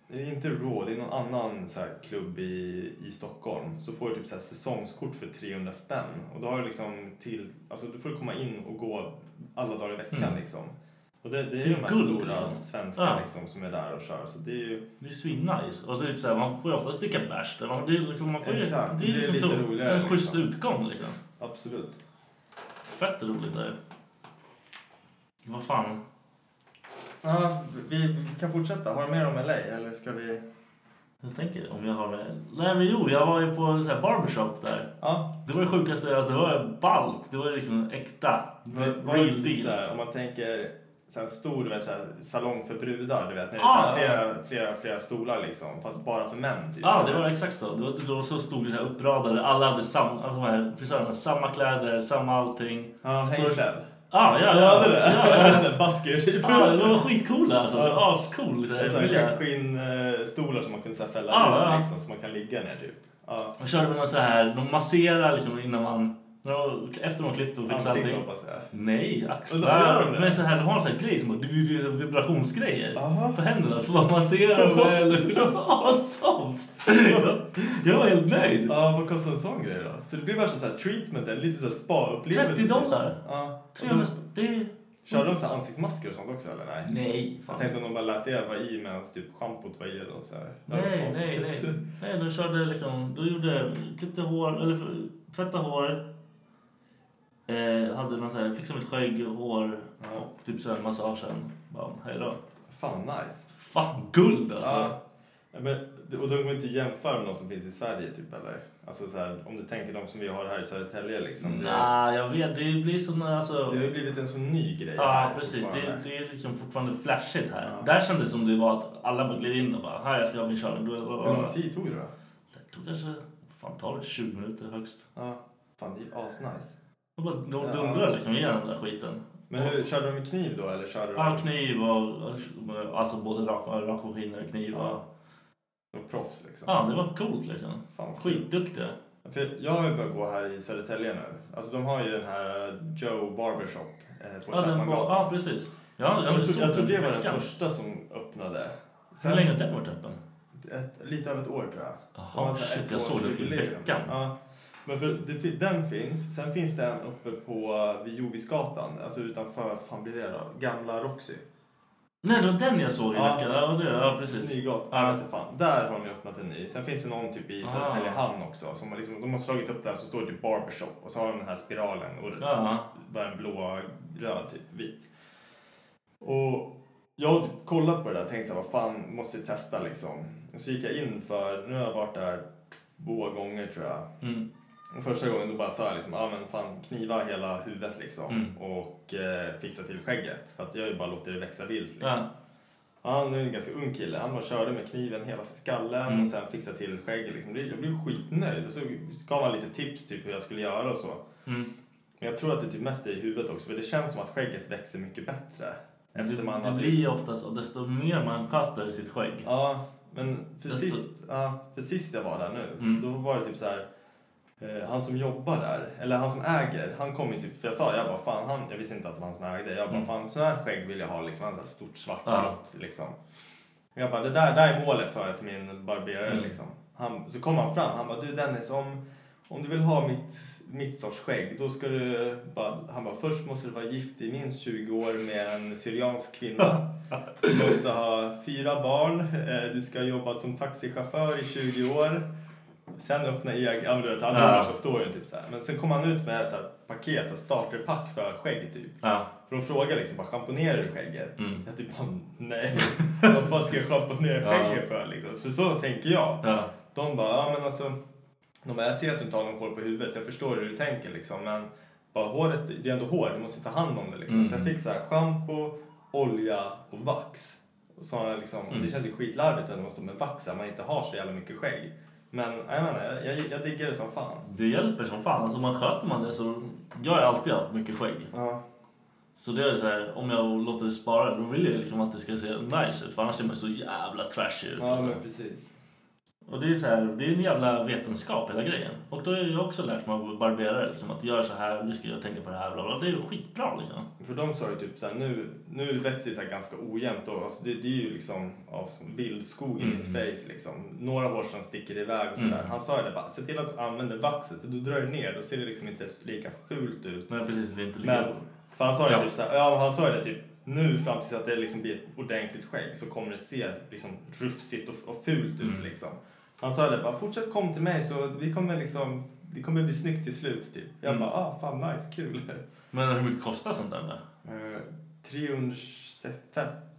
det är inte Raw, det är någon annan så här klubb i, i Stockholm. Så får du typ så här säsongskort för 300 spänn. Och då har du liksom till, alltså du får komma in och gå alla dagar i veckan
Mm.
liksom. Och det, det är,
är
ju de här
guld,
stora
liksom.
svenskarna
Ja.
liksom, som är där och kör. Så det är ju
Det är svinnice. Och typ såhär, man får ju oftast dricka bärs där. Man, det, är liksom, man får ju,
Exakt,
det är liksom
lite
så,
roligare,
en schysst
liksom.
utgång liksom.
absolut.
Fett roligt är det. Vad fan.
Ja, vi, vi kan fortsätta. Har du mer om LA eller ska vi?
Jag tänker om jag har det. Nej men jo, jag var ju på så här barbershop där.
Ja,
Det var det sjukaste, alltså, det var ballt. Det var liksom äkta.
vad vad är
real
det typ
deal.
såhär, om man tänker så här stor du vet, så här, salong för brudar, du vet, när det är
Ah,
så här,
ja.
flera, flera, flera stolar liksom, fast bara för män typ.
Ja, det var exakt så. Det var, det var så stod det så här uppradade. Alla hade samma, alltså de här frisörerna, samma kläder, samma allting.
Ja,
Stor-
hängslen.
Ja, ja,
Du
ja.
hade det?
ja,
[laughs]
Ah, ja.
Såhär Basker typ.
Ja, de var skitcoola alltså.
Ja. Alltså,
Ascool. så här,
Och så
billiga.
här Skinnstolar som man kunde så här, fälla
Ja,
ut
Ah, ja.
liksom, så man kan ligga ner typ. Ja,
De körde med någon så här, de masserar liksom innan man... när de- Efter de klippt och fixat
ansikte
allting.
hoppas jag.
Nej,
Vadå, gör
axlar.
de det?
Men så här, de har en sån här grej som det blir ju vibrationsgrejer
Aha.
på händerna. Så bara masserar de eller...
[laughs]
Awesome! Jag var helt nöjd.
Ja, vad kostar en sån grej då? Så det blir värsta såhär treatment, en lite såhär spa-upplevelse.
30
typ.
dollar.
Ja. Och då-
300 spänn. Det är...
Körde de så här ansiktsmasker och sånt också eller nej?
Nej, fan.
Jag tänkte om de bara lät det vara i medan typ schampot var i eller så här. Det hade
Nej,
varit
nej, nej.
konstigt.
Nej, de körde liksom... De gjorde... Klippte hår, eller tvättade hår. Eh, hade någon så här, fixade mitt skägg, hår
Ja.
och typ så här massagen. Bam, hej då.
Fan nice.
Fan, guld alltså!
Ja. Men, och de går inte att jämföra med de som finns i Sverige typ eller? Alltså så här, om du tänker de som vi har här i Södertälje liksom. Det,
Nej, jag vet. Det blir sån... Alltså...
det har ju blivit en sån ny grej.
Ja,
här
precis. Det,
fortfarande.
det är liksom fortfarande flashigt här. Där kändes det som det var att alla bara gled in och bara “Här, jag ska ha min körning”.
Hur lång
Det
tid tog det då?
tog kanske... Fan, tar det 20 minuter högst.
Ja. Fan, det är ju asnice.
De bara de dundrar liksom igenom den där skiten.
Men hur, körde de med kniv då eller körde de
Ja, kniv och... Alltså både rak- rakmaskiner och kniv och...
Ja. de proffs liksom?
Ja, det var coolt liksom.
Fan, vad kul.
Skitduktiga.
För jag har ju börjat gå här i Södertälje nu. Alltså de har ju den här Joe Barbershop eh, på
Ja, den var,
Chapmangatan.
ja, precis. Ja,
Jag,
såg
tror, jag tror det
i
var
veckan.
den första som öppnade.
Hur länge har den varit öppen?
Ett, lite över ett år tror jag.
Jaha,
De hade
shit,
ett
jag såg det i
årsjubileum.
veckan.
Ja. Men för, det, fi- den finns. Sen finns det en uppe på eh, vid Jovisgatan. Alltså utanför, fan blir det då? Gamla Roxy.
Nej, det var den jag såg i
Ja.
veckan. Ja, det, ja precis.
Nygatan,
Ja.
jag vet inte fan. Där har de ju öppnat en ny. Sen finns det någon typ i
Ah.
Södertälje hamn också. Som har liksom, de har slagit upp där så står det typ Barbershop. Och så har de den här spiralen. Och
Ja.
var en blå, röd, typ vit. Och jag har typ kollat på det där och tänkt så här, vad fan, måste jag testa liksom. Och så gick jag in för, nu har jag varit där två gånger tror jag.
Mm.
Och första gången då bara sa jag liksom, ah, men fan kniva hela huvudet liksom.
Mm.
Och eh, fixa till skägget. För att jag har ju bara låtit det växa vilt liksom.
Ja.
Han är en ganska ung kille. Han bara körde med kniven hela skallen
Mm.
och sen fixade till skägget. Liksom. Jag blev skitnöjd. Och så gav han lite tips typ hur jag skulle göra och så.
Mm.
Men jag tror att det typ mest är i huvudet också. För det känns som att skägget växer mycket bättre. Efter man
Mm. det
har
blir
typ...
ju oftast, och desto mer man sköter sitt skägg.
Ja, men för
Desto-
sist, ja, för sist jag var där nu. Då var det typ så här. eh, han som jobbar där, eller han som äger, han kom ju typ, för jag sa, jag bara fan han, jag visste inte att det var han som ägde, jag bara fan så här skägg vill jag ha liksom, han hade så här stort svart
Ja.
blått liksom. Jag bara, det där, där är målet sa jag till min barberare liksom. Han, så kom han fram, han bara, du Dennis om, om du vill ha mitt, mitt sorts skägg då ska du bara, han bara, först måste du vara gift i minst 20 år med en Syriansk kvinna. Du måste ha fyra barn, eh, du ska ha jobbat som taxichaufför i 20 år. Sen öppna egen, ja men du vet, han
Ja.
drar värsta storyn typ så här. Men sen kom han ut med ett så här, paket, så här, starterpack för skägg typ.
Ja.
För de frågar liksom, bara schamponerar du skägget? Jag typ bara, nej. [laughs] Vad fan ska jag schamponera skägget för liksom? För så tänker jag.
Ja.
De bara, ja men alltså. De bara, jag ser att du inte har någon hår på huvudet så jag förstår hur du tänker liksom. Men bara håret, det är ändå hår, du måste ta hand om det liksom. Så jag fick så här schampo, olja och vax. Och Så har jag liksom, och Det känns ju skitlarvigt att man står med vax här, man inte har så jävla mycket skägg. Men jag menar, jag, jag, jag diggar det som fan.
Det hjälper som fan. Alltså man sköter man det så... Jag har alltid haft mycket skägg.
Ja.
Så det är så här, om jag låter det spara då vill jag liksom att det ska se nice ut för annars ser man så jävla trashy ut.
Ja
alltså.
men precis.
Och det är så här, det är en jävla vetenskap hela grejen. Och då har jag också lärt mig av barberare liksom, att gör så här, du ska göra- tänka på det här, bla bla. Det är ju skitbra liksom.
För de sa ju typ såhär, nu, nu växer det så här ganska ojämnt och alltså det, det är ju liksom av som vildskog i
Mm.
mitt face liksom. Några hår som sticker iväg och sådär. Han sa ju det bara, se till att du använder vaxet för då drar det ner, då ser det liksom inte lika fult ut.
Men precis, det är inte lika...
Men, för han sa ju
Ja.
typ såhär, ja men han sa ju det typ, nu fram tills att det liksom blir ett ordentligt skägg så kommer det se liksom rufsigt och, och fult ut
Mm.
liksom. Han sa det bara, fortsätt kom till mig så vi kommer liksom, det kommer bli snyggt till slut typ.
Mm.
Jag bara, ah fan nice, kul.
Men hur mycket kostar sånt där? då?
Eh, 300,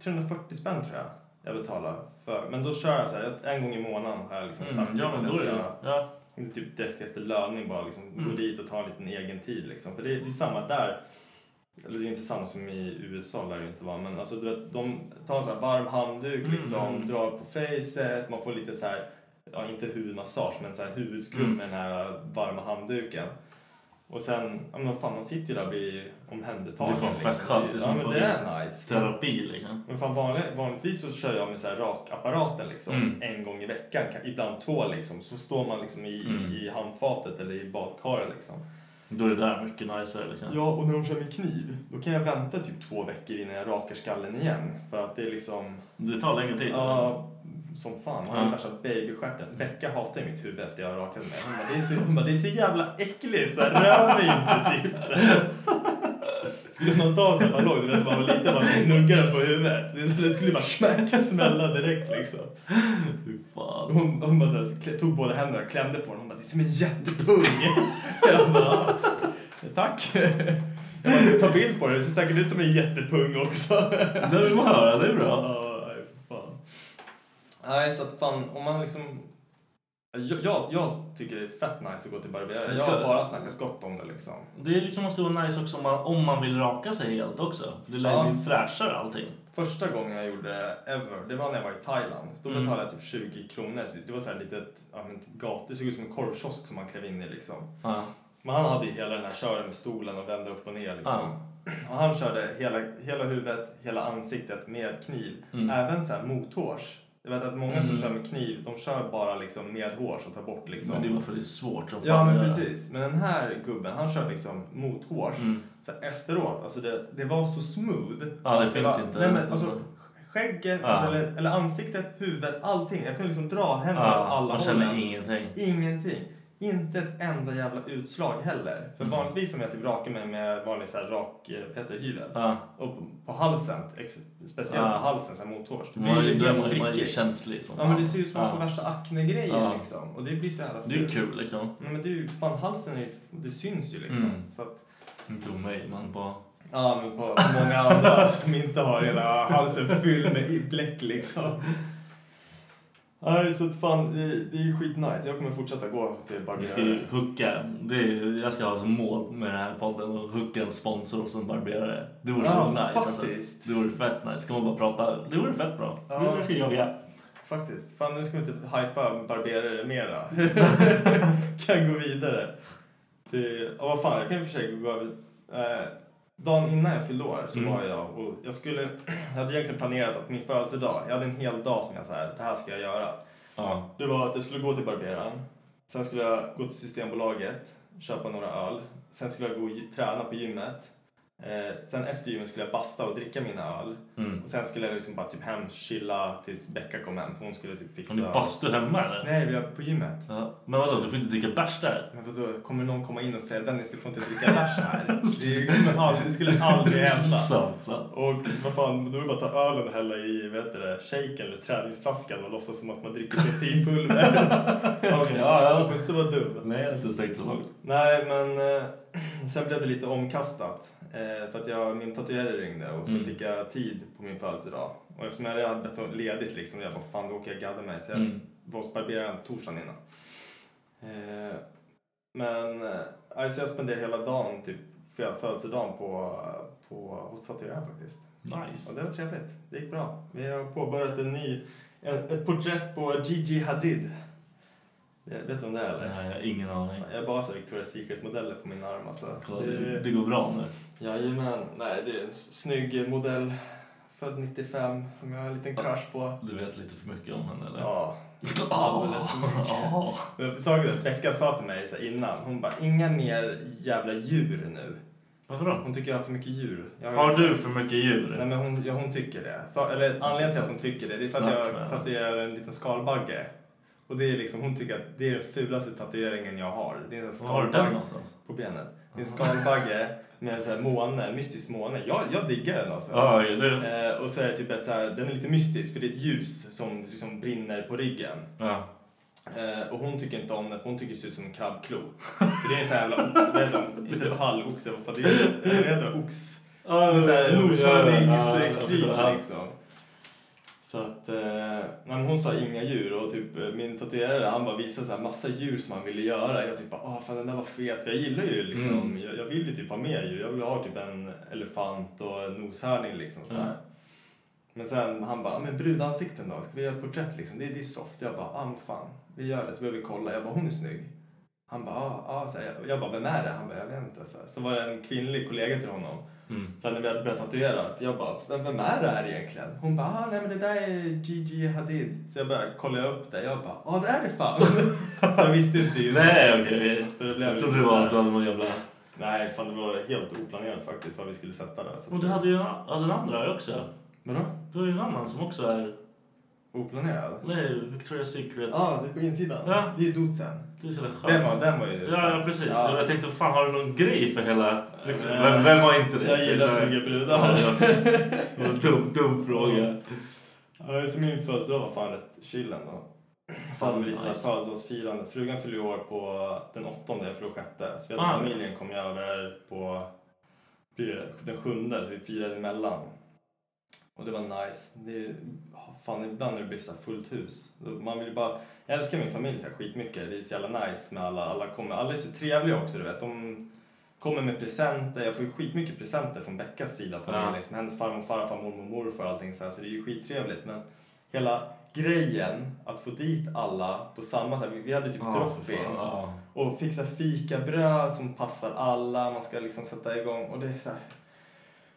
340 spänn tror jag jag betalar för. Men då kör jag så här, en gång i månaden har jag liksom sagt
Mm, ja
att
men
jag
då är
ska-
det... Ja.
inte typ direkt efter löning bara liksom
Mm.
gå dit och ta en liten egen tid liksom. För det är ju samma där. Eller det är inte samma som i USA lär det ju inte vara. Men alltså du vet, de tar en sån här varm handduk
Mm.
liksom, drar på facet, man får lite så här, ja inte huvudmassage men så här huvudskum
Mm.
med den här varma handduken. Och sen, ja men fan man sitter ju där och blir omhändertagen.
Det är fan fett
liksom.
skönt, det är
Ja
som
men
får
det
bli-
är nice.
Terapi liksom.
Men fan vanlig, vanligtvis så kör jag med så här rakapparaten liksom en gång i veckan, ka- ibland två liksom. Så står man liksom i, i handfatet eller i badkaret liksom.
Då är det där mycket nicer liksom.
Ja, och när de kör med kniv, då kan jag vänta typ två veckor innan jag rakar skallen igen. För att det är liksom,
Det tar längre tid.
ja, som fan.
typ.
Man har
Ja.
ju värsta babystjärten. Becka hatar ju mitt huvud efter jag har rakat mig. Hon bara, det är så, hon bara, det är så jävla äckligt, så här, rör mig inte typ. Så här. Skulle man ta en sån här ballong, du vet man var liten, man gnuggar den på huvudet. Det- Det skulle bara smack smälla direkt liksom.
Fy fan.
Hon, hon bara så här, klä- tog båda händerna och klämde på den. Hon bara, det är som en jättepung. jag bara, tack. Jag bara, ta bild på det. Det ser säkert ut som en jättepung också.
Det vill man höra, det är bra.
Ja, nej, fan. Nej, så att fan, om man liksom... Jag, jag, jag tycker det är fett nice att gå till barberare.
Men
Jag
ska-
har bara snackat gott om det liksom.
Det är liksom måste vara nice också om man, om man vill raka sig helt också. För det lär ju
Ja.
bli fräschare allting.
Första gången jag gjorde det ever, det var när jag var i Thailand. Då betalade jag typ 20 kronor. Det var så här litet ja, men typ gat. Det såg ut som en korvkiosk som man klev in i liksom.
Ja.
Men han hade ju hela den här kören med stolen och vände upp och ner liksom. Och han körde hela, hela huvudet, hela ansiktet med kniv.
Mm.
Även så här mothårs. Jag vet att många som kör med kniv, de kör bara liksom med hårs och tar bort liksom.
Men det är bara för det är svårt som fan
Ja men
att göra.
precis. Men den här gubben han kör liksom mothårs. Så här efteråt, alltså det, det var så smooth.
Mm. Ja, det
Att
finns
var,
inte. liksom
Nej, men, alltså, skägget,
Ja.
alltså, eller, eller ansiktet, huvudet, allting. Jag kunde liksom dra händerna åt
Ja,
alla
man känner
hållen.
ingenting.
Ingenting. Inte ett enda jävla utslag heller. För
Mm.
vanligtvis om jag typ rakar mig med vanlig så här rak, eh, vad heter det, hyvel.
Ja.
Och på, på halsen, ex, speciellt
Ja.
på halsen, så här mothårs. Det
Man, är
blir
ju-
ju
då är
helt
man, ju- man är ju
prickigt.
känslig som
Ja
fan.
men det ser ut som att man får värsta akne-grejer
Ja.
liksom. Och det blir så jävla
Det är ju
fult.
kul liksom.
Nej men det är ju, fan halsen är ju, det syns ju liksom.
Mm.
Så att,
Inte om mig, men bara...
ja men på på många andra [laughs] som inte har hela halsen fylld med i- bläck liksom. Nej så att fan, det, det är ju skitnice. Jag kommer fortsätta gå till
Vi ska ju
barberare.
hooka. Det är, jag ska ha som mål med den här podden att hooka en sponsor och en barberare. Det vore så
Ja,
nice alltså.
faktiskt.
Det vore fett nice. Kan man bara prata. Det vore fett bra.
Ja.
Det ska jag göra.
Faktiskt. Fan nu ska vi inte hypa barberare mera. kan gå vidare. Det, ja vad fan, jag kan ju försöka gå över. Eh, dagen innan jag fyllde år så var jag och jag skulle, [clears throat] jag hade egentligen planerat att min födelsedag, jag hade en hel dag som jag så här, det här ska jag göra.
Ja.
Det var att jag skulle gå till barberaren. Sen skulle jag gå till Systembolaget, köpa några öl. Sen skulle jag gå och gy- träna på gymmet. Eh, sen efter gymmet skulle jag basta och dricka mina öl. Och sen skulle jag liksom bara typ hem, chilla tills Becka kom hem. För hon skulle typ fixa...
Har ni bastu hemma eller?
Nej, vi är på gymmet.
Ja. Men vadå, du får inte dricka bärs där?
Men då kommer någon komma in och säga Dennis du får inte dricka bärs här. [laughs] Det, kommer aldrig, det skulle aldrig
[laughs]
[laughs] hända.
Sant, sant.
Och vad fan, då är det bara att ta ölen och hälla i vad heter det, shaken eller träningsflaskan och låtsas som att man [laughs] dricker proteinpulver.
Okej, ja, ja.
Man får inte vara dum.
Nej, jag har inte tänkt så långt.
Nej, men eh, [clears throat] sen blev det lite omkastat. Eh, för att jag, min tatuerare ringde och så fick jag tid på min födelsedag. Och eftersom jag hade bett om ledigt liksom, jag bara fan då åker jag och gaddar mig. Så jag
Mm.
var hos barberaren torsdagen innan. Eh, men eh, alltså jag spenderade hela dagen, typ för födelsedagen på, på, hos tatueraren faktiskt.
Nice.
Och det var trevligt. Det gick bra. Vi har påbörjat en ny, en, ett porträtt på Gigi Hadid. Eh, Vet du om det är eller?
Nej, jag har ingen aning.
Jag är bara så här Victoria's Secret-modeller på min arm. Alltså.
Kolla,
Det-
det, det går bra nu.
Jajamän. Nej, det är en s- snygg modell. Född 95, som jag har en liten crush på.
Du vet lite för mycket om henne eller? [laughs]
Ja,
Ah,
alldeles för mycket.
ah.
Men såg du? Becka sa till mig så här innan, hon bara inga mer jävla djur nu.
Varför då?
Hon tycker jag har för mycket djur. Jag
Har du för mycket djur?
Nej men hon, ja, hon tycker det. Så, eller anledningen till att hon tycker det, det är för att
Snack med
jag
henne.
tatuerar en liten skalbagge. Och det är liksom, hon tycker att det är den fulaste tatueringen jag har. Det är en sån
Var
här
har du den
skalbagge.
någonstans?
på benet. Det är en skalbagge med en sån här måne, mystisk måne. Jag, jag diggar den alltså.
Ja, är det...
Eh, och så är det typ ett så här, den är lite mystisk för det är ett ljus som liksom brinner på ryggen.
Ja.
Eh, och hon tycker inte om den för hon tycker det ser ut som en krabbklo. För det är en sån här jävla ox, vad heter de? Inte halvoxe, vad fan det är. Det heter ox.
Ah,
En sån här
ja,
Nordkörningskrig
ja.
liksom. Så att, eh, nej, men hon sa inga djur och typ eh, min tatuerare han bara visade så här massa djur som han ville göra. Jag typ bara, ah fan den där var fet. För jag gillar ju liksom,
Mm.
jag, jag vill ju typ ha mer djur. Jag vill ha typ en elefant och en noshörning liksom så här.
Mm.
Men sen han bara, ah, men brudansikten då? Ska vi göra ett porträtt liksom? Det, det är soft. Jag bara, ah men fan. Vi gör det så börjar vi kolla. Jag bara, hon är snygg. Han bara, ah, ah. Så här, jag, jag bara, vem är det? Han bara, jag vet inte. Så, här. så var det en kvinnlig kollega till honom.
Mm.
Sen när vi hade börjat tatuera, för jag bara, vem, vem är det här egentligen? Hon bara, ah, nej men det där är Gigi Hadid. Så jag började kolla upp det. Jag bara, ah det är det fan. [laughs] så jag visste inte ju.
Nej, okej.
Så det blev
Jag trodde det
lite så
var
här-
att du hade någon jävla...
Nej, fan det var helt oplanerat faktiskt vad vi skulle sätta där. Så
Och du hade ju en, ja, den andra också.
Vadå?
Du har ju en annan som också är...
Oplanerad? Ja,
Nej, Victoria's Secret.
ah, det är på insidan.
Ja.
Det är ju dotsen.
Det är så jävla skönt.
Den var, den var ju...
Ja, ja precis.
Ja.
Jag tänkte, fan har du någon grej för hela...
Nej.
Vem, vem har inte det?
Jag gillar
Nej.
snygga brudar.
Ja, ja. Det var en Dum, dum fråga.
Ja, så min födelsedag var fan rätt chill ändå. Så hade vi lite
nice.
nice. födelsedagsfirande. Frugan fyller ju år på den åttonde, jag fyller sjätte. Så vi hade
Ah.
familjen kom ju över på blir det, den sjunde, så vi firade emellan. Och det var nice. Det, fan, ibland när det blir så här fullt hus. Man vill ju bara, jag älskar min familj så här skitmycket. Det är så jävla nice med alla. Alla, kommer, alla är så trevliga också, du vet. De kommer med presenter. Jag får ju skitmycket presenter från Beckas sida. Från
Ja.
min, liksom, hennes farmor, farfar, mormor, morfar och allting så här. Så det är ju skittrevligt. Men hela grejen att få dit alla på samma sätt. Vi, vi hade typ
Ja, för
drop-in.
fan, ja.
Och fixa fikabröd som passar alla. Man ska liksom sätta igång. Och det är så här.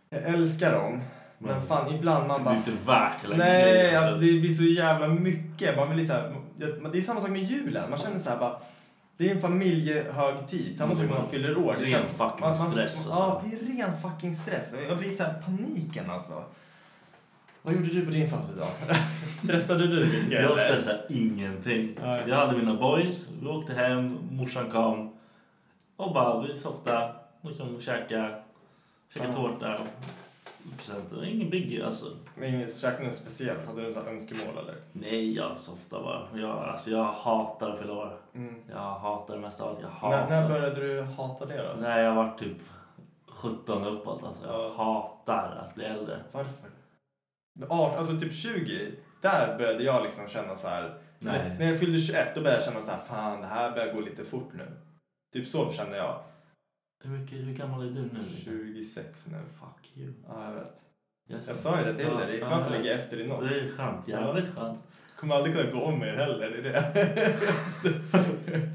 Jag älskar dem. Men fan, ibland man
Det är
bara...
inte värt hela
Nej,
grejen.
alltså det blir så jävla mycket. Man vill ju så här, det är samma sak med julen. Man känner så här bara... Det är en familjehögtid. Samma sak när man fyller år. Det är så här-
Mm. Ren fucking
man- man-
stress, alltså.
Ja, det är ren fucking stress. Och Jag blir så här paniken alltså. Vad gjorde du på din födelsedag? [laughs] Stressade du mycket?
Jag
eller?
stressar ingenting.
Nej.
Jag hade mina boys, vi åkte hem, morsan kom och bara vi softade, liksom käkade, käkade
Ja.
tårta. Presenter. Ingen biggie alltså.
Men inget- käkade du något speciellt? Hade du något önskemål eller?
Nej, jag softar bara. Jag, alltså, jag hatar att fylla år. Jag hatar det mesta av allt. Jag hatar.
Mm. När, när började du hata det då?
När jag var typ 17 uppåt alltså. Jag hatar att bli äldre.
Varför? Men 18, alltså typ 20, där började jag liksom känna så här.
Nej.
När jag fyllde 21 då började jag känna så här, fan det här börjar gå lite fort nu. Typ så kände jag.
Hur, mycket, hur gammal är du nu?
Mm. 26 nu.
Fuck you.
Ja, jag vet.
Just
Jag sa ju det till dig, det är skönt att ligga efter i något.
Det är skönt, jävligt skönt.
Kommer aldrig kunna gå om er heller, det är det.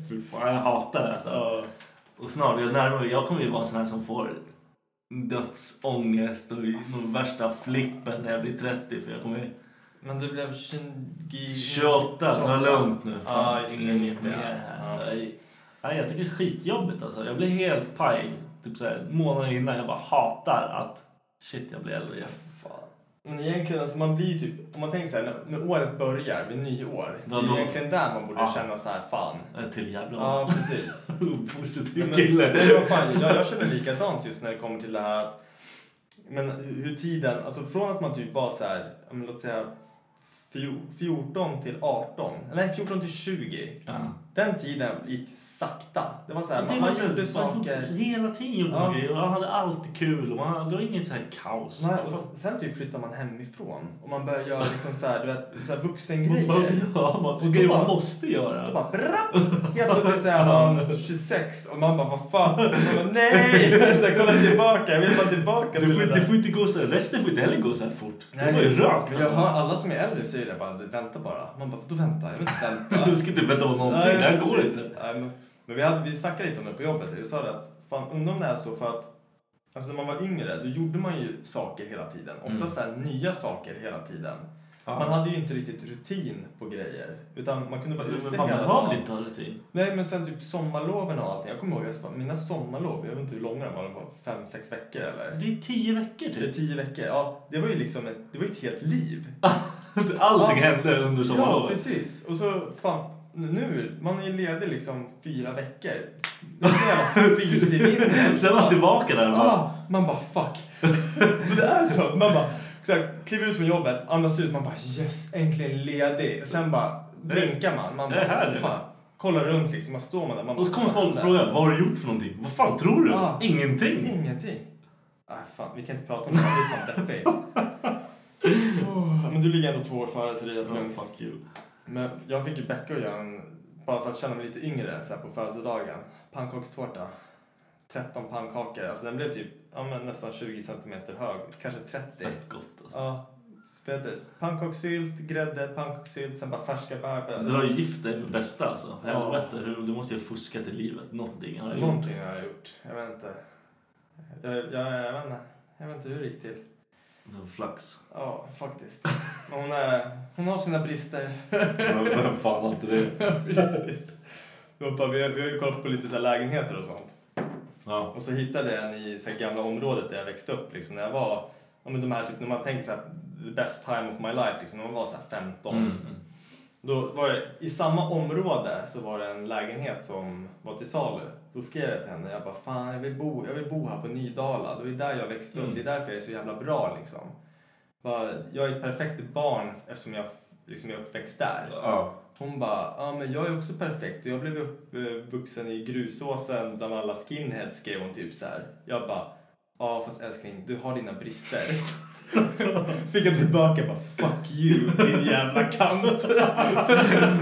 Fy fan, jag hatar det alltså.
ja.
Och snart, jag närmar mig, jag kommer ju vara en sån här som får dödsångest och i- de värsta flippen när jag blir 30 för jag kommer ju
Men du blev 20...
28, ta det lugnt nu.
Ja,
Fan,
just det.
Ingen
Mitt i
mer.
det.
Ja. Nej, jag tycker det är skitjobbigt alltså. Jag blev helt paj. Typ såhär månader innan. Jag bara hatar att shit jag blir äldre igen.
Fan. Men egentligen, alltså man blir ju typ, om man tänker så här, när, när året börjar, vid nyår, det
Vadå?
är egentligen där man borde
Ja.
känna så här, fan.
Jag är Till jävla
Ja, precis.
Positiv
men-
kille.
men vad fan, jag, jag känner likadant just när det kommer till det här att, men hur hur tiden, alltså från att man typ var så här, ja, men låt säga fjo- 14 till 18, nej 14 till 20.
Ja.
Den tiden gick sakta. Det var så här,
Det
man,
var
man
så-
gjorde
gjorde-
saker.
Hela tiden gjorde man
Ja.
grejer och man hade alltid kul och man, det var inget så här kaos. Alltså.
Nej, och s- sen typ flyttar man hemifrån och man börjar göra liksom så här, du vet, så här
Man bara,
vuxengrejer.
ja, man,
då
grejer man
bara-
måste
Då
göra.
bara brapp! Helt plötsligt så är man 26 och man bara vad fan? Man bara, nej! [laughs] Så jag kollar tillbaka, jag vill bara tillbaka
Det får,
till
inte- det får inte gå så här. Resten får inte heller gå så här fort. Det var ju rakt
Men jag
alltså.
hör alla som är äldre säger det bara, vänta bara. Man bara, då vänta? Jag vill inte
[laughs] [laughs]
vänta.
Du ska inte vänta på någonting.
Nej,
det här går
precis.
inte.
Nej, men men vi, hade, vi snackade lite om det på jobbet. Jag sa det att, fan undrar om det är så för att Alltså när man var yngre, då gjorde man ju saker hela tiden. Ofta så här nya saker hela tiden.
Mm. Ja.
Man hade ju inte riktigt rutin på grejer. Utan man kunde vara ute
Men
hela
man
dagen.
behövde inte ha rutin.
Nej men sen typ sommarloven och allting. Jag kommer ihåg att mina sommarlov, jag vet inte hur långa de var, de var fem, sex veckor eller?
Det är tio veckor
Eller
typ.
tio veckor. Ja, det var ju liksom ett, det var ju ett helt liv.
Allting
Ja.
hände under
Ja,
sommarlovet.
precis. Och så fan, nu, man är ju ledig liksom
[laughs]
fyra veckor. Det är så jävla fis i
[laughs]
vinden.
Sen var jag tillbaka där och bara,
Ah, man bara fuck. [laughs] Men det är så. Man bara så här, kliver ut från jobbet, andas ut, man bara yes, äntligen ledig. Och sen bara blinkar man. Man
Det är här
bara
nu.
fan. Kollar runt liksom, man står man där. Man bara,
och så kommer
fan,
folk
där.
fråga, vad har du gjort för någonting? Vad fan tror du?
Ja.
Ingenting.
Ingenting. Ah, fan, vi kan inte prata om det här. Det är fan
[laughs]
deppig. Åh, Men du ligger ändå två år före så det är rätt
Oh,
lugnt.
fuck you.
Men jag fick ju Becka och göra en, bara för att känna mig lite yngre så här på födelsedagen, pannkakstårta. 13 pannkakor, alltså den blev typ ja, men nästan 20 centimeter hög, kanske 30.
Fett gott alltså.
Ja, så vet du, pannkakssylt, grädde, pannkakssylt, sen bara färska bär.
Du har ju gift dig med bästa alltså.
Ja.
Helvete, hur- du måste ju ha fuskat i livet. Någonting har du gjort.
Någonting har jag gjort, jag vet inte. Jag, jag, jag, vet inte. jag vet inte hur det gick till.
Det var Flax.
Ja, faktiskt. Men hon, är, hon har sina brister. [laughs]
Men Vem fan har inte det?
Precis. Vi har, vi har ju kollat på lite så här lägenheter och sånt.
Ja.
Och så hittade jag en i så här gamla området där jag växte upp. Liksom, när jag var, ja, men de här, typ, när man tänker så här, the best time of my life, liksom, när man var så här 15.
Mm.
Då var det, I samma område så var det en lägenhet som var till salu. Då skrev jag till henne, jag bara fan jag vill bo, jag vill bo här på Nydala. Det är där jag växte upp,
Mm.
det är därför jag är så jävla bra liksom. Bara, jag är ett perfekt barn eftersom jag liksom, är uppväxt där.
Ja.
Hon bara, ja men jag är också perfekt och jag blev uppvuxen i grusåsen bland alla skinheads skrev hon typ så här. Jag bara, ja fast älskling du har dina brister. [laughs] Fick jag tillbaka bara fuck you din
[laughs]
jävla kant.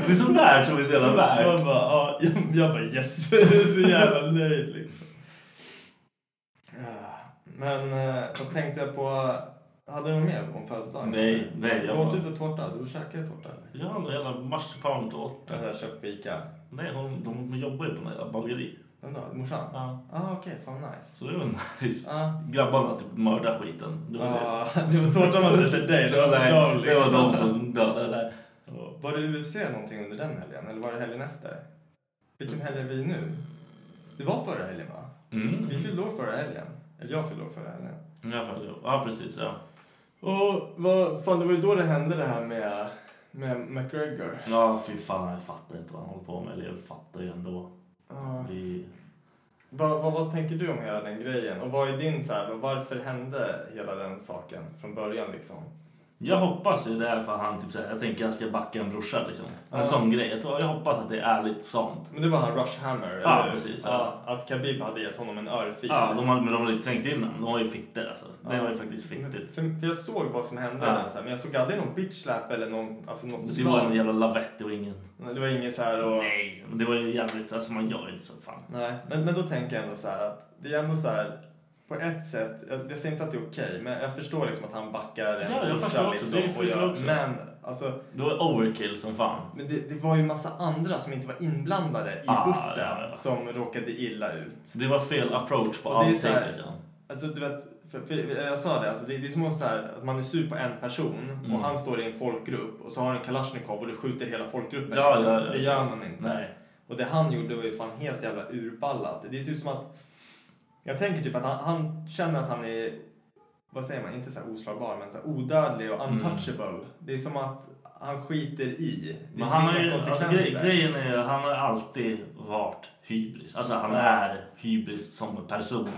Det är sånt där som är så jävla värt.
jag bara, ja, jag, jag bara yes. [laughs] Jag är så jävla nöjd liksom. Ja, Men eh, vad tänkte jag på, hade du något mer om födelsedagen?
Nej, nej, jag
Vad åt
bara-
du för tårta? Du käkade tårta eller?
Jag har en jävla marsipantårta.
Alltså jag köpte på Ica.
Nej, hon, de, de jobbar ju på något jävla bageri.
Vem då? Morsan?
Ja.
Ah, okej. Fan vad nice.
Så det är väl nice.
Ah.
Grabbarna typ mördar skiten. Det var,
Ah, [laughs] det var tårtan man efter dig.
det. Det, var
dem,
de, det var
liksom.
de som dödade det där.
Var det UFC någonting under den helgen? Eller var det helgen efter? Vilken helg är vi nu? Det var förra helgen va?
Mm.
Vi fyllde år förra helgen. Eller jag fyllde år förra helgen.
I alla fall, ja precis. Ja.
Och vad fan, det var ju då det hände det här med, med McGregor.
ja, fy fan. Jag fattar inte vad han håller på med. Eller jag fattar ju ändå.
Ja.
Vi,
Vad, vad, vad tänker du om hela den grejen? Och vad är din så här, vad- varför hände hela den saken från början liksom?
Jag hoppas ju det är för han typ såhär, jag tänker jag ska backa en brorsa liksom. En
Ja.
sån grej. Jag, tror, jag hoppas att det är ärligt sånt.
Men det var han Rush Hammer,
Ja,
eller hur?
precis, ja.
Ja, att Khabib hade gett honom en örfil.
Ja, de har, men de har ju trängt in den. De var ju fitter alltså. Det
Ja.
var ju faktiskt fittigt.
För, för jag såg vad som hände.
Ja.
där, så här, men jag såg aldrig någon bitch slap eller någon, alltså något
Det var en
slag.
jävla lavett, det var ingen...
Nej, Det var inget så här och...
Nej, men det var ju jävligt... Alltså man gör ju inte så fan.
Nej. Men, men då tänker jag ändå så här att det är ändå så här på ett sätt, jag, jag säger inte att det är okej, men jag förstår liksom att han backar en
Ja, jag
brorsa, liksom
förstår också. Det
och
förstår
gör-
jag också.
Men alltså,
Det var overkill som fan.
men det, det var ju massa andra som inte var inblandade i
Ah,
bussen
ja, ja.
som råkade illa ut.
Så det var fel approach på
Och det är
allting
så här-
liksom.
Alltså du vet, för, för, jag sa det, alltså, det, det är som att så här, att man är sur på en person och
Mm.
han står i en folkgrupp och så har han en Kalashnikov och det skjuter hela folkgruppen.
Ja,
Alltså,
ja, ja.
det gör man inte.
Nej.
Och det han gjorde var ju fan helt jävla urballat. Det är typ som att, jag tänker typ att han, han känner att han är, vad säger man, inte så här oslagbar men så här odödlig
Mm.
och untouchable. Det är som att han skiter i. Det
Men han har ju,
inga
alltså, grej, grejen är ju, han har ju alltid varit hybris. Alltså han är hybris som person.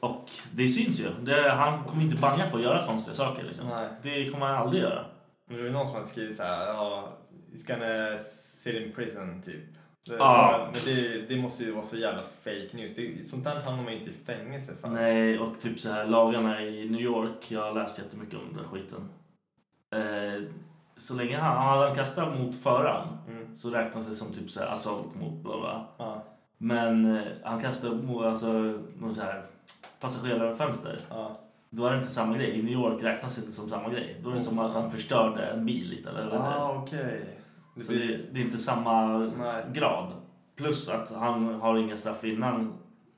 Och det syns ju. Det, han kommer inte banga på att göra konstiga saker. Liksom.
Nej.
Det kommer han aldrig göra.
Men det var ju någon som hade skrivit så här, ja, he's gonna sit in prison typ. Det,
Ja.
så, men det, det måste ju vara så jävla fake news. Det, sånt där hamnar man ju inte i fängelse för.
Nej, och typ så här lagarna i New York. Jag har läst jättemycket om den där skiten. Eh, så länge han, han hade kastat mot föraren
Mm.
så räknas det som typ så här assault mot bla bla.
Ja,
Men eh, han kastade mot alltså, någon så här passagerarfönster.
ja.
Då är det inte samma grej. I New York räknas inte som samma grej. Då är det som att han förstörde en bil. lite, Eller, eller.
Ah, okej. Det
Så
blir-
det, det är inte samma
Nej.
grad. Plus att han har inga straff innan.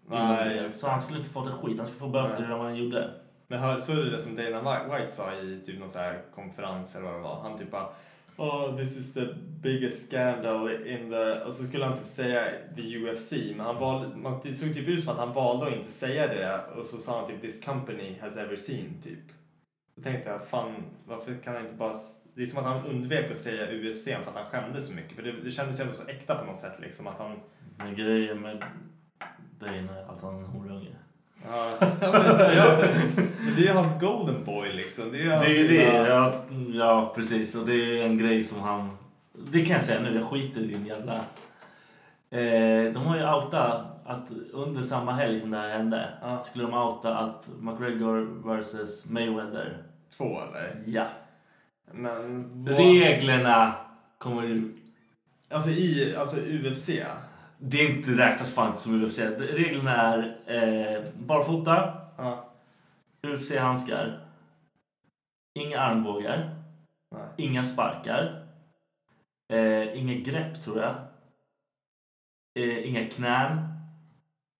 innan
Nej,
det.
just
Så han skulle inte fått ett skit. Han skulle få böter
Nej.
än vad han gjorde.
Men hör, såg du det som Dana White- White sa i typ någon så här konferens eller vad det var? Han typ bara Oh, this is the biggest scandal in the... Och så skulle han typ säga the UFC, men han valde, man, det såg typ ut som att han valde att inte säga det och så sa han typ this company has ever seen, typ. Då tänkte jag, fan, varför kan han inte bara... s- Det är som att han undvek att säga UFC för att han skämdes så mycket. För det, det kändes ju ändå så äkta på något sätt liksom att han...
Men grejen med Dane är att han är en horunge.
Ja, men, ja, men det är hans golden boy liksom. Det är,
Det
hans
är ju det.
lilla-
Ja, ja, precis. Och det är en grej som han... Det kan jag säga nu. Jag skiter i din jävla... Eh, de har ju outat att under samma helg som det här hände
Ja.
skulle de outa att McGregor vs Mayweather.
Två eller?
Ja.
Men
Reglerna kommer ut.
Alltså i alltså UFC?
Det är inte räknas fan inte som UFC. Reglerna är eh, barfota,
Ja.
UFC-handskar, inga armbågar,
Nej.
inga sparkar, eh, inga grepp tror jag, eh, inga knän,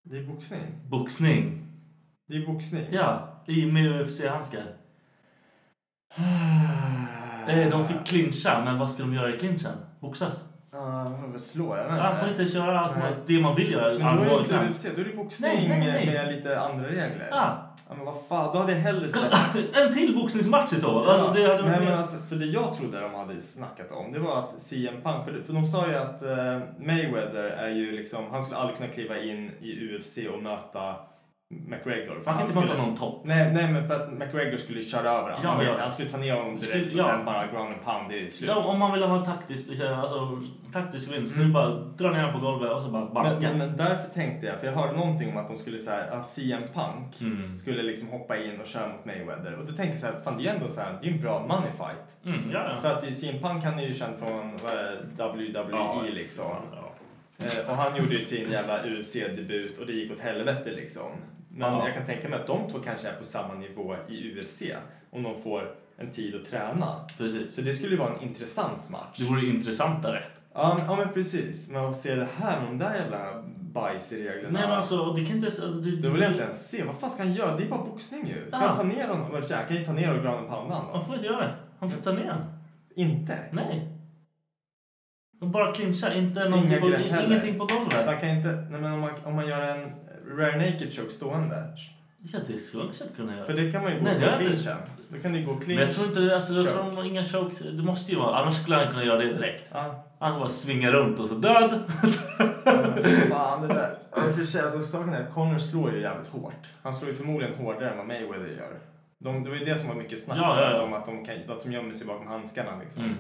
Det är boxning.
boxning.
Det är boxning.
Ja, i med UFC-handskar.
Ah.
Eh, de fick clincha, men vad ska de göra i clinchen? Boxas?
Ja, de får väl slå. Jag vet inte.
Han får inte köra allt
Nej.
man, det man vill göra.
Men då är det
armbågar,
inte
knän.
UFC, då är det boxning
Nej, nej, Ah. nej.
med lite andra regler.
Ja.
Ja, men vad fan, då hade jag hellre sett...
En till boxningsmatch i så fall. [laughs] Alltså, det hade varit
Nej, men
mer-
att, för det jag trodde de hade snackat om det var att CM Punk, för, för de sa ju att eh, Mayweather är ju liksom, han skulle aldrig kunna kliva in i UFC och möta McGregor. För
Man kan inte
skulle-
möta någon topp.
Nej, nej, men för att McGregor skulle köra över honom.
Ja,
Han vet
ja.
det. Han skulle ta ner honom direkt
Skulle-
och
ja.
sen bara ground and pound, det är slut.
Ja, om man vill ha en taktisk, liksom, alltså, taktisk vinst, mm. bara dra ner honom på golvet och så bara banka.
men, men, men därför tänkte jag, för jag hörde någonting om att de skulle så här, ah, CM Punk
Mm.
skulle liksom hoppa in och köra mot Mayweather. Och då tänkte jag så här, fan det är ändå så här, det är en bra money fight.
Mm, ja,
För
ja.
att i CM Punk han är ju känd från vad är det, WWE
Ja,
liksom.
fan, ja.
Eh, och han gjorde ju sin jävla UFC-debut och det gick åt helvete liksom. Men
Ja.
jag kan tänka mig att de två kanske är på samma nivå i UFC om de får en tid att träna.
Precis.
Så det skulle ju vara en intressant match.
Det vore intressantare.
Ja, men, ja, men precis. Men vad ser det här med de där jävla bajs i reglerna?
Nej men alltså, det kan inte... Alltså, det,
Då vill jag inte ens se. Vad fan ska han göra? Det är bara boxning ju. Ska
Ja.
han ta ner honom? Men Han kan ju ta ner och ground and pounda honom
Han
då.
får inte göra det. Han får ta ner honom.
Inte?
Nej. De bara clinchar, inte
Inga
någonting på,
grepp heller.
ingenting på golvet.
Så han kan inte... Nej, men om man, om man gör en rare naked choke stående.
Ja, det skulle jag säkert kunna göra.
För det kan man ju gå
Nej, det har
på
jag inte.
clinchen. Då kan det ju gå
men
clinch.
jag tror inte, alltså, jag tror
choke.
de- inga chokes. Det måste ju vara, annars skulle han kunna göra det direkt.
Ja.
Han bara svingar runt och så död.
[laughs] Fan, det där. Ja, i och för sig, alltså, saken är att Connor slår ju jävligt hårt. Han slår ju förmodligen hårdare än vad Mayweather gör. De, det var ju det som var mycket snack
Ja, ja, ja.
förut om att de, kan, att de gömmer sig bakom handskarna liksom.
Mm.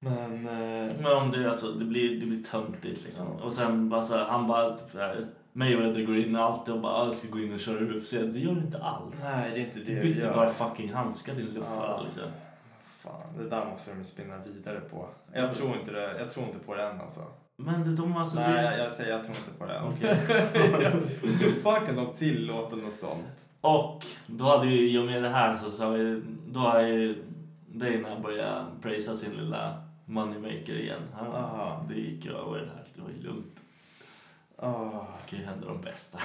Men... Eh,
Men om det, alltså, det blir, det blir töntigt liksom. Och sen bara så här, han bara typ så här, Mayweather går in alltid och bara "Ah, jag ska gå in och köra UFC. Det gör du inte alls.
nej, det är inte det
du
jag
bytte
gör.
bara fucking handskar din luffare
Ja.
liksom.
Fan, det där måste de spinna vidare på. Jag tror inte, det, jag tror inte på det än alltså.
Men det, de alltså...
Nej,
det...
jag, jag säger jag tror inte på det än.
Okej.
Hur [laughs] fan kan de tillåta något sånt?
Och då hade ju, i och med det här så, så har vi, då har ju Dana börjat prisa sin lilla moneymaker igen. Han,
Aha.
det gick ju över det här, det var ju lugnt.
Ah,
Det händer de bästa.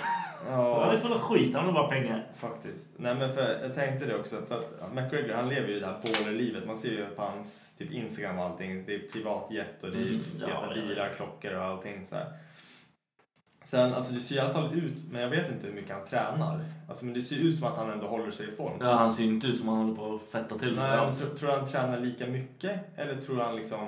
Han är
ja,
full av skit, han har bara pengar.
faktiskt. Nej men för, jag tänkte det också, för att McGregor han lever ju det här baller-livet. Man ser ju på hans typ Instagram och allting. Det är privatjet och det är
Mm,
ju
ja,
feta
ja, ja.
bilar, klockor och allting så här. Sen, alltså det ser i alla fall ut, men jag vet inte hur mycket han tränar. Alltså men det ser ut som att han ändå håller sig i form.
Ja, han ser ju inte ut som han håller på att fetta till sig
Nej, men
alls.
tr- tror du han tränar lika mycket eller tror du han liksom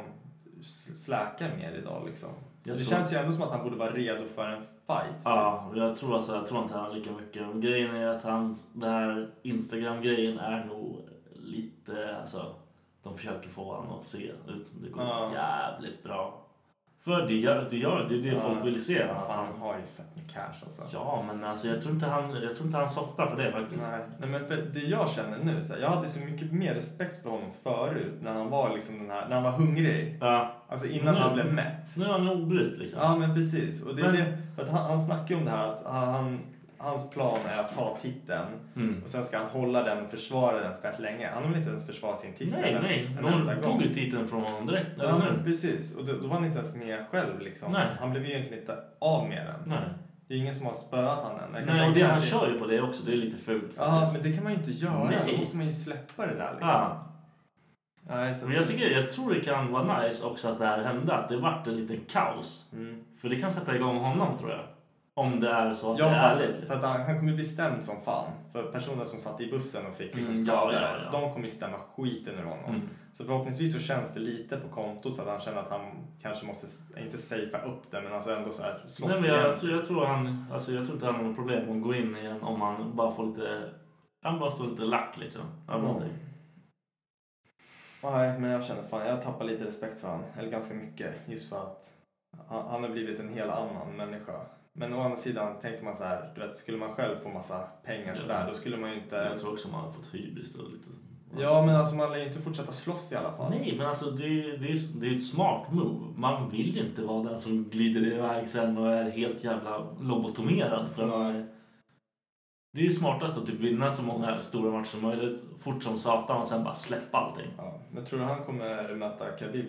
s- släkar mer idag liksom?
Jag
det
tror-
känns ju ändå som att han borde vara redo för en fight. typ.
Ja, jag tror alltså, jag tror inte han har lika mycket. Men grejen är att han, den här Instagram-grejen är nog lite, alltså, de försöker få honom att se ut som det går
Ja.
jävligt bra. För det gör det, gör, det är det
Ja.
folk vill se.
Fan,
Att han,
han har ju fett med cash alltså.
ja, men alltså, jag tror inte han, jag tror inte han softar för det faktiskt.
Nej, nej, men för det jag känner nu, så här, jag hade så mycket mer respekt för honom förut när han var liksom den här, när han var hungrig.
Ja,
Alltså innan
Nu-
han blev mätt.
nu är han obryt liksom.
Ja men precis. Och det, är
Mm. Men-
det, för att han, han snackar ju om det här att ah, han, hans plan är att ta titeln
Mm.
och sen ska han hålla den och försvara den fett länge. Han har väl inte ens försvarat sin titel
Nej,
en-
nej.
en enda
De tog
gång.
ju titeln från honom direkt.
Ja,
Eller
men
nu?
precis. Och då, då var han inte ens med själv. Liksom.
Nej.
Han blev ju egentligen inte av med den.
Nej.
Det är ingen som har spöat han än. Jag kan
Nej, och
tänka
det
mig
han
att det-
kör ju på det också. Det är lite fult
Ja,
faktiskt.
men det kan man ju inte göra.
Nej.
Då måste man ju släppa det där. Liksom.
Ja.
Nej, så
Men jag, tycker, jag tror det kan vara nice också att det här hände, att det vart en liten kaos.
Mm.
För det kan sätta igång honom tror jag. Om det är så att
Jag
det är
hoppas
ärligt.
för att han, han kommer bli stämd som fan. För personer som satt i bussen och fick liksom
Mm, ja,
skador,
ja, ja.
de kommer ju stämma skiten ur honom.
Mm.
Så förhoppningsvis så känns det lite på kontot så att han känner att han kanske måste, inte safea upp det, men alltså ändå så här slåss
Nej, men jag,
igen.
tror- jag, tror han, alltså, jag tror inte han har något problem med att gå in igen om han bara får lite... Han bara får lite lack liksom. Av
Mm.
någonting.
Nej, men jag känner fan, jag tappar lite respekt för han. Eller ganska mycket. Just för att han, han har blivit en hel annan människa. Men å andra sidan tänker man så här, du vet, skulle man själv få massa pengar
Ja.
sådär, då skulle man ju inte...
Jag tror också man har fått hybris och lite... sånt.
Ja, men alltså man lär ju inte fortsätta slåss i alla fall.
Nej, men alltså det, är- det, är, det är ett smart move. Man vill inte vara den som glider iväg sen och är helt jävla lobotomerad. För att-
Nej.
det är smartast att typ vinna så många stora matcher som möjligt fort som satan och sen bara släppa allting.
Ja, men tror du han kommer möta Khabib?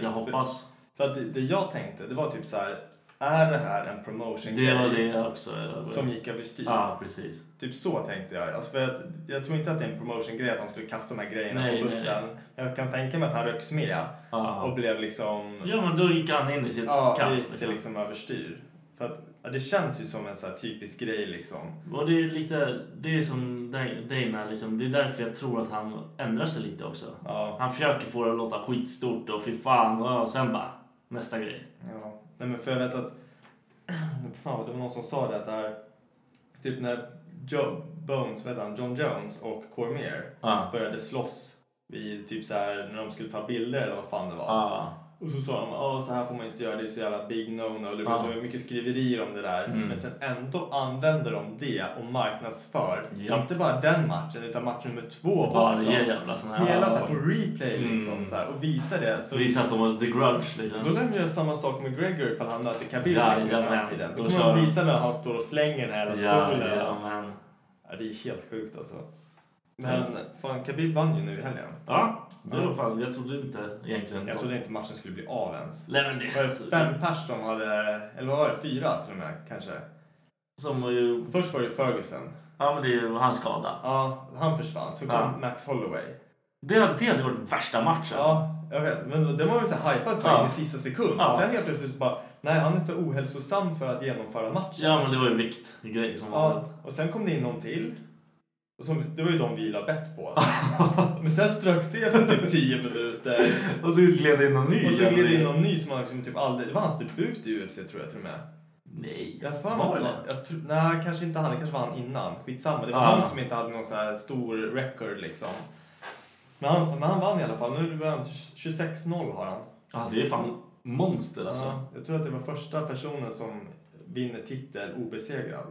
Jag hoppas.
För, för att det, det jag tänkte, det var typ så här, är det här en promotion
Det var det jag också.
som gick överstyr?
Ja, precis.
Typ så tänkte jag. Alltså för jag, jag tror inte att det är en promotion-grej att han skulle kasta de här grejerna
Nej,
på
nej,
bussen. Jag kan tänka mig att han röks med och
Ja.
blev liksom...
ja, men då gick han in i sitt
ja, så
kaos.
gick det
Liksom.
liksom överstyr. För att ja, det känns ju som en så här typisk grej liksom.
Och det är lite, det är som Dana liksom, det är därför jag tror att han ändrar sig lite också.
Ja,
Han försöker få det att låta skitstort och fy fan och sen bara nästa grej.
ja. Nej men för jag vet att... Fan, det var någon som sa det att det här... Typ när Joe Bones, vad heter han, John Jones och Cormier
Ja.
började slåss vid typ så här när de skulle ta bilder eller vad fan det var.
Ja.
Och så sa de att så här får man inte göra, det är så jävla big no-no. Det blev
Ja.
så mycket skriverier om det där.
Mm.
Men sen ändå använder de det och marknadsför.
Ja.
Inte bara den matchen utan match nummer två också.
Varje jävla sån här...
Hela så här på replay liksom
Mm.
så här, och visar det. Så
Visa att de var the grudge
Då
liksom.
lär de göra samma sak med Gregor ifall han möter Khabib
Ja,
liksom, i
jajamän.
framtiden. Då
Då
kommer
kör
de
de.
visa när han står och slänger den här jävla
Ja,
stolen.
ja, men.
Ja, det är helt sjukt alltså. Men fan, Khabib vann ju nu i helgen.
Ja, det
Ja.
var fan, jag trodde inte egentligen...
Jag trodde inte matchen skulle bli av ens.
Nej, men det...
Var det fem pers som hade, eller vad var det, fyra till och med kanske?
Som var ju...
Först var det Ferguson.
Ja, men det är ju hans skada.
Ja, han försvann. Så kom
Ja.
Max Holloway.
Det, det hade varit värsta matchen.
Ja, jag vet. Men det var väl så här hypat
Ja.
in i sista sekund.
Ja.
Och sen helt plötsligt bara, nej han är för ohälsosam för att genomföra matchen.
Ja, men det var ju viktgrej som
Ja,
var...
och sen kom det in någon till. Och som, det var ju de vi la bett på. Men sen ströks det för typ 10 minuter.
Och du gled in någon ny.
Och så gled det in någon ny som han liksom typ aldrig... Det var hans debut i UFC tror jag till och med.
Nej.
Jag har för mig att det var- jag tror- Nej, kanske inte han. Det kanske var han innan. Skitsamma. Det var
Ah.
någon som inte hade någon så här stor record liksom. Men han, men han vann i alla fall. Nu är han 26-0 har han.
Ja, det är fan monster alltså.
Ja, jag tror att det var första personen som vinner titel obesegrad.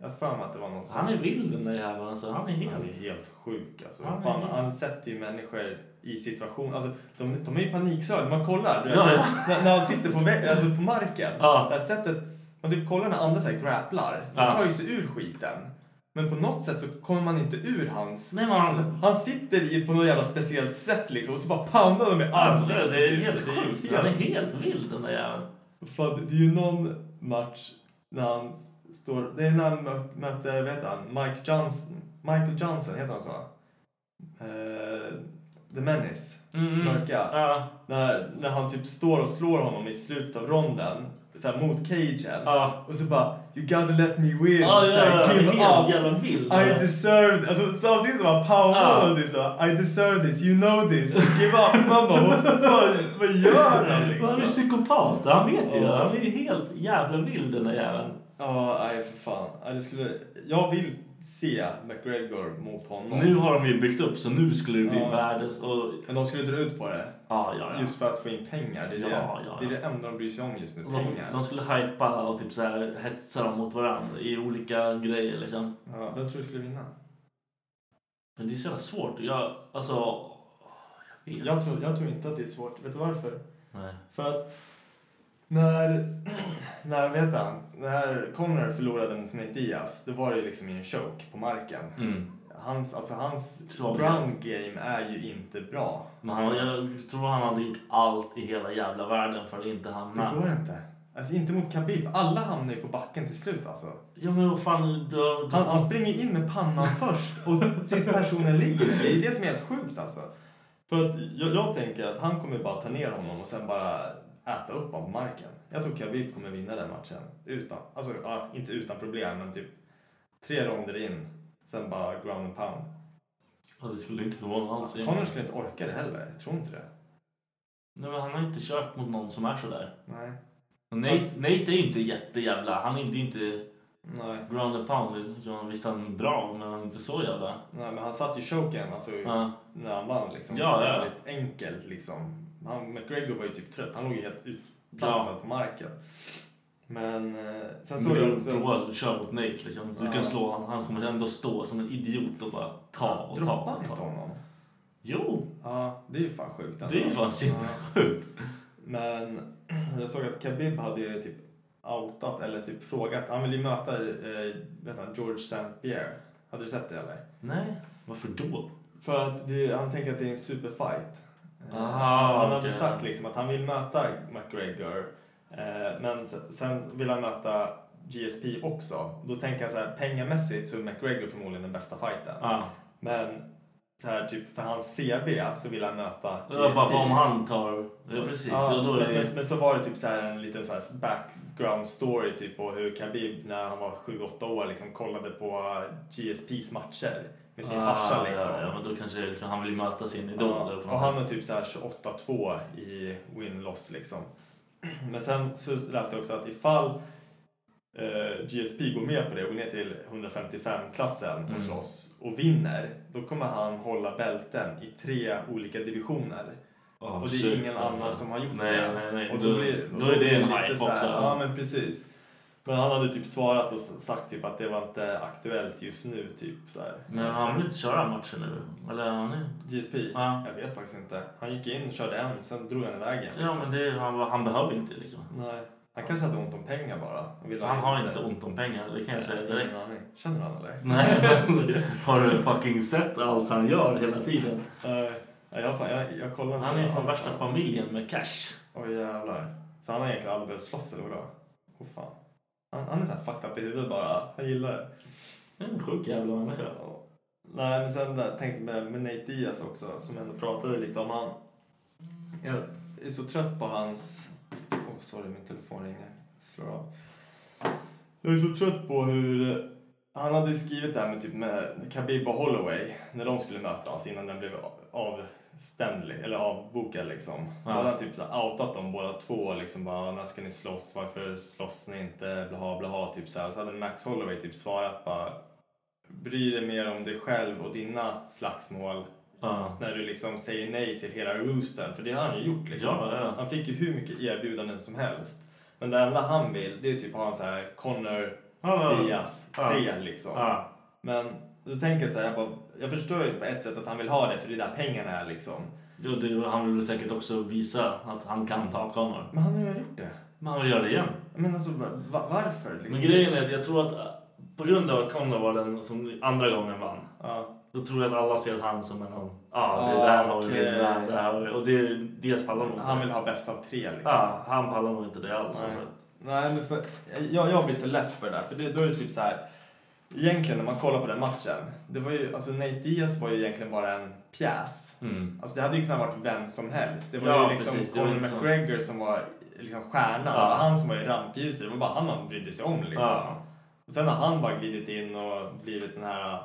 Jag har för mig att det var någon som...
Han är vild den där jäveln alltså. Han är
Han är
helt...
helt sjuk alltså.
Ja, men-
Fan, han sätter ju människor i situation. Alltså, de, de är ju panikslagna. Man kollar du vet,
Ja, ja.
När, när han sitter på, vä- alltså, på marken.
Ja.
Det här sättet, man typ kollar när andra så här grapplar. De
Ja.
tar ju sig ur skiten. Men på något sätt så kommer man inte ur hans...
Nej, men han...
Alltså, han sitter i, på något jävla speciellt sätt liksom och så bara poundar de i
Ja,
ansiktet.
det är helt sjukt. Han är
helt-
helt vild den där jäveln.
Fan, det är ju någon match när han står... Det är när han mö- möter, vad heter han? Mike Johnson, Michael Johnson, heter han så? Eh, The Menace.
Mm.
Mörka.
Ja.
När, när han typ står och slår honom i slutet av ronden, så här mot cagen.
Ja.
Och så bara, you gotta let me win.
Ja,
Så här,
ja, ja.
give
Helt
up.
jävla vild.
I deserve, alltså samtidigt som han powar
Ja.
och typ så I deserve this, you know this, give up. Man bara, vad, vad, vad gör
[laughs]
han
Han är
liksom?
psykopat, han vet ju.
Ja.
Han är ju helt jävla vild den där jäveln.
Ja, nej för fan. Ja, det skulle, jag vill se McGregor mot honom.
Nu har de ju byggt upp så nu skulle det bli
Ja.
världens och...
Men de skulle dra ut på det.
Ja, ja, ja.
Just för att få in pengar. Det är,
Ja,
det,
ja, ja.
det, är det enda de bryr sig om just nu,
de,
pengar.
de skulle hypa och typ så här hetsa dem mot varandra i olika grejer liksom.
Ja, vem tror du skulle vinna?
Men det är så jävla svårt. Jag, alltså... Jag vet
Jag tror, jag tror inte att det är svårt. Vet du varför?
Nej.
För att när, [clears throat] när, vet han, när Conor förlorade mot Nate Diaz, då var det ju liksom i en choke på marken.
Mm.
Hans, alltså hans
Så bra.
ground game är ju inte bra.
Men han,
Alltså,
jag tror han hade gjort allt i hela jävla världen för att inte hamna...
det går inte. Alltså inte mot Khabib. Alla hamnar ju på backen till slut alltså.
Ja men vad fan, då, då,
Han, han springer in med pannan först och tills personen ligger där. Det är det som är helt sjukt alltså. För att jag, jag tänker att han kommer bara ta ner honom och sen bara äta upp honom på marken. Jag tror Khabib kommer vinna den matchen. Utan, alltså ja, inte utan problem men typ tre ronder in. Sen bara ground and pound.
ja, det skulle inte förvåna alls.
Conor skulle inte orka det heller. Jag tror inte det.
Nej men han har inte kört mot någon som är sådär.
Nej.
Och Nate, Nate är inte jättejävla, han är inte, inte
Nej.
ground and pound. Liksom. Visst han är bra, men han är inte så jävla...
Nej men han satt ju choken alltså
Ja.
när han vann liksom.
Ja, ja.
Väldigt enkelt liksom. Han, McGregor var ju typ trött. Han låg ju helt utplattad
Ja.
på marken. Men eh, sen
Så
såg jag
du
också...
prova kör mot Nate liksom. Du
Ja.
kan slå han, han kommer ändå stå som en idiot och bara ta och ta
Droppade
och
inte
ta.
honom?
Jo,
Ja, det är ju fan sjukt. ändå.
det är ju fan
Ja.
sinnessjukt.
Men [clears throat] jag såg att Khabib hade ju typ outat eller typ frågat. Han ville ju möta eh, vet han, George St. Pierre. Hade du sett det eller?
Nej, varför då?
För att det, han tänker att det är en superfight. Eh,
Aha,
han hade
Ah, okej.
sagt liksom att han vill möta McGregor. Eh, men se- sen vill han möta GSP också. Då tänker han så här, pengamässigt så är McGregor förmodligen den bästa fighten.
Ja.
Men så här, typ för hans CV så vill han möta
Det var bara vad om han tar... Ja precis,
Ja,
då, då är
men,
det...
men så var det typ så här en liten så här background story typ på hur Khabib när han var 7-8 år liksom kollade på GSPs matcher med sin farsa liksom.
Ah, Ja, ja, men då kanske det är liksom, han vill möta sin idol.
Ja,
eller på
och
något
han
sätt.
har typ så här 28-2 i win-loss liksom. [clears throat] Men sen så läste jag också att ifall eh, GSP går med på det och går ner till 155-klassen och
Mm.
slåss och vinner, då kommer han hålla bälten i tre olika divisioner.
Åh,
och det är
shit,
ingen
alltså.
annan som har gjort
nej,
det.
Nej, nej,
Och då, blir,
då, är det
blir
en
lite
hype
så här,
också.
Ja, men precis. Men han hade typ svarat och sagt typ att det var inte aktuellt just nu. Typ, så här.
Men han vill inte köra matchen nu? Eller han är...
GSP?
Ja.
Jag vet faktiskt inte. Han gick in och körde en, sen drog han iväg en.
Ja,
liksom.
men det, är- han, han behöver inte liksom.
Nej. Han kanske hade ont om pengar bara. och ville
Han har inte ont om pengar, det kan jag säga
Ingen
direkt.
aning. Känner du honom eller?
Nej, men alltså, har du fucking sett allt han gör hela tiden?
[laughs] Nej. Nej, jag, fan, jag, jag kollar inte.
Han är från
alls.
värsta familjen med cash.
Oj jävlar. Så han har egentligen aldrig behövt slåss eller vadå? Åh fan. Han, han är såhär fucked up i huvudet bara. Han gillar det.
Det är En sjuk jävla människa.
Ja. Nej men sen där, tänkte jag med, med Nate Diaz också som jag ändå pratade lite om han. Jag är så trött på hans... Åh oh, sorry min telefon ringer. Jag slår av. Jag är så trött på hur... eh, Han hade skrivit det här med typ med Khabib och Holloway när de skulle mötas innan den blev avstämd eller avbokad liksom. Då
Ja.
hade han typ så här outat dem båda två liksom bara när ska ni slåss, varför slåss ni inte, blaha blaha typ så här. Och så hade Max Holloway typ svarat bara bry dig mer om dig själv och dina slagsmål
Ja.
när du liksom säger nej till hela roostern. För det har han ju gjort liksom.
Ja, ja.
Han fick ju hur mycket erbjudanden som helst. Men det enda han vill det är typ ha en så här Connor
Ja, ja.
Diaz
Ja.
3 liksom.
Ja.
Men då tänker jag så här, jag, bara, jag förstår ju på ett sätt att han vill ha det för det är där pengarna är liksom.
Jo, det, han vill väl säkert också visa att han kan ta kameror.
Men han har ju redan gjort det.
Men han vill göra det igen.
Men alltså va- va- varför liksom?
Men grejen är att jag tror att eh, på grund av att Conor var den som andra gången vann.
Ja,
Då tror jag att alla ser han som en av... Ja, det
Ah,
där har vi,
okej.
det där, det här har vi. Och det, dels pallar nog inte
han
det.
vill ha bäst av tre liksom.
Ja, han pallar nog inte det alls.
Nej.
Alltså.
Nej, men för, jag, jag blir så less på det där. För det, då är det typ så här. Egentligen när man kollar på den matchen. Det var ju, alltså Nate Diaz var ju egentligen bara en pjäs.
Mm.
Alltså det hade ju kunnat varit vem som helst. Det var
Ja,
ju liksom
precis. Det var
Conor
inte så-
McGregor som var liksom stjärnan.
Ja.
Det var han som var i rampljuset. Det var bara han man brydde sig om liksom.
Ja.
Och sen har han bara glidit in och blivit den här...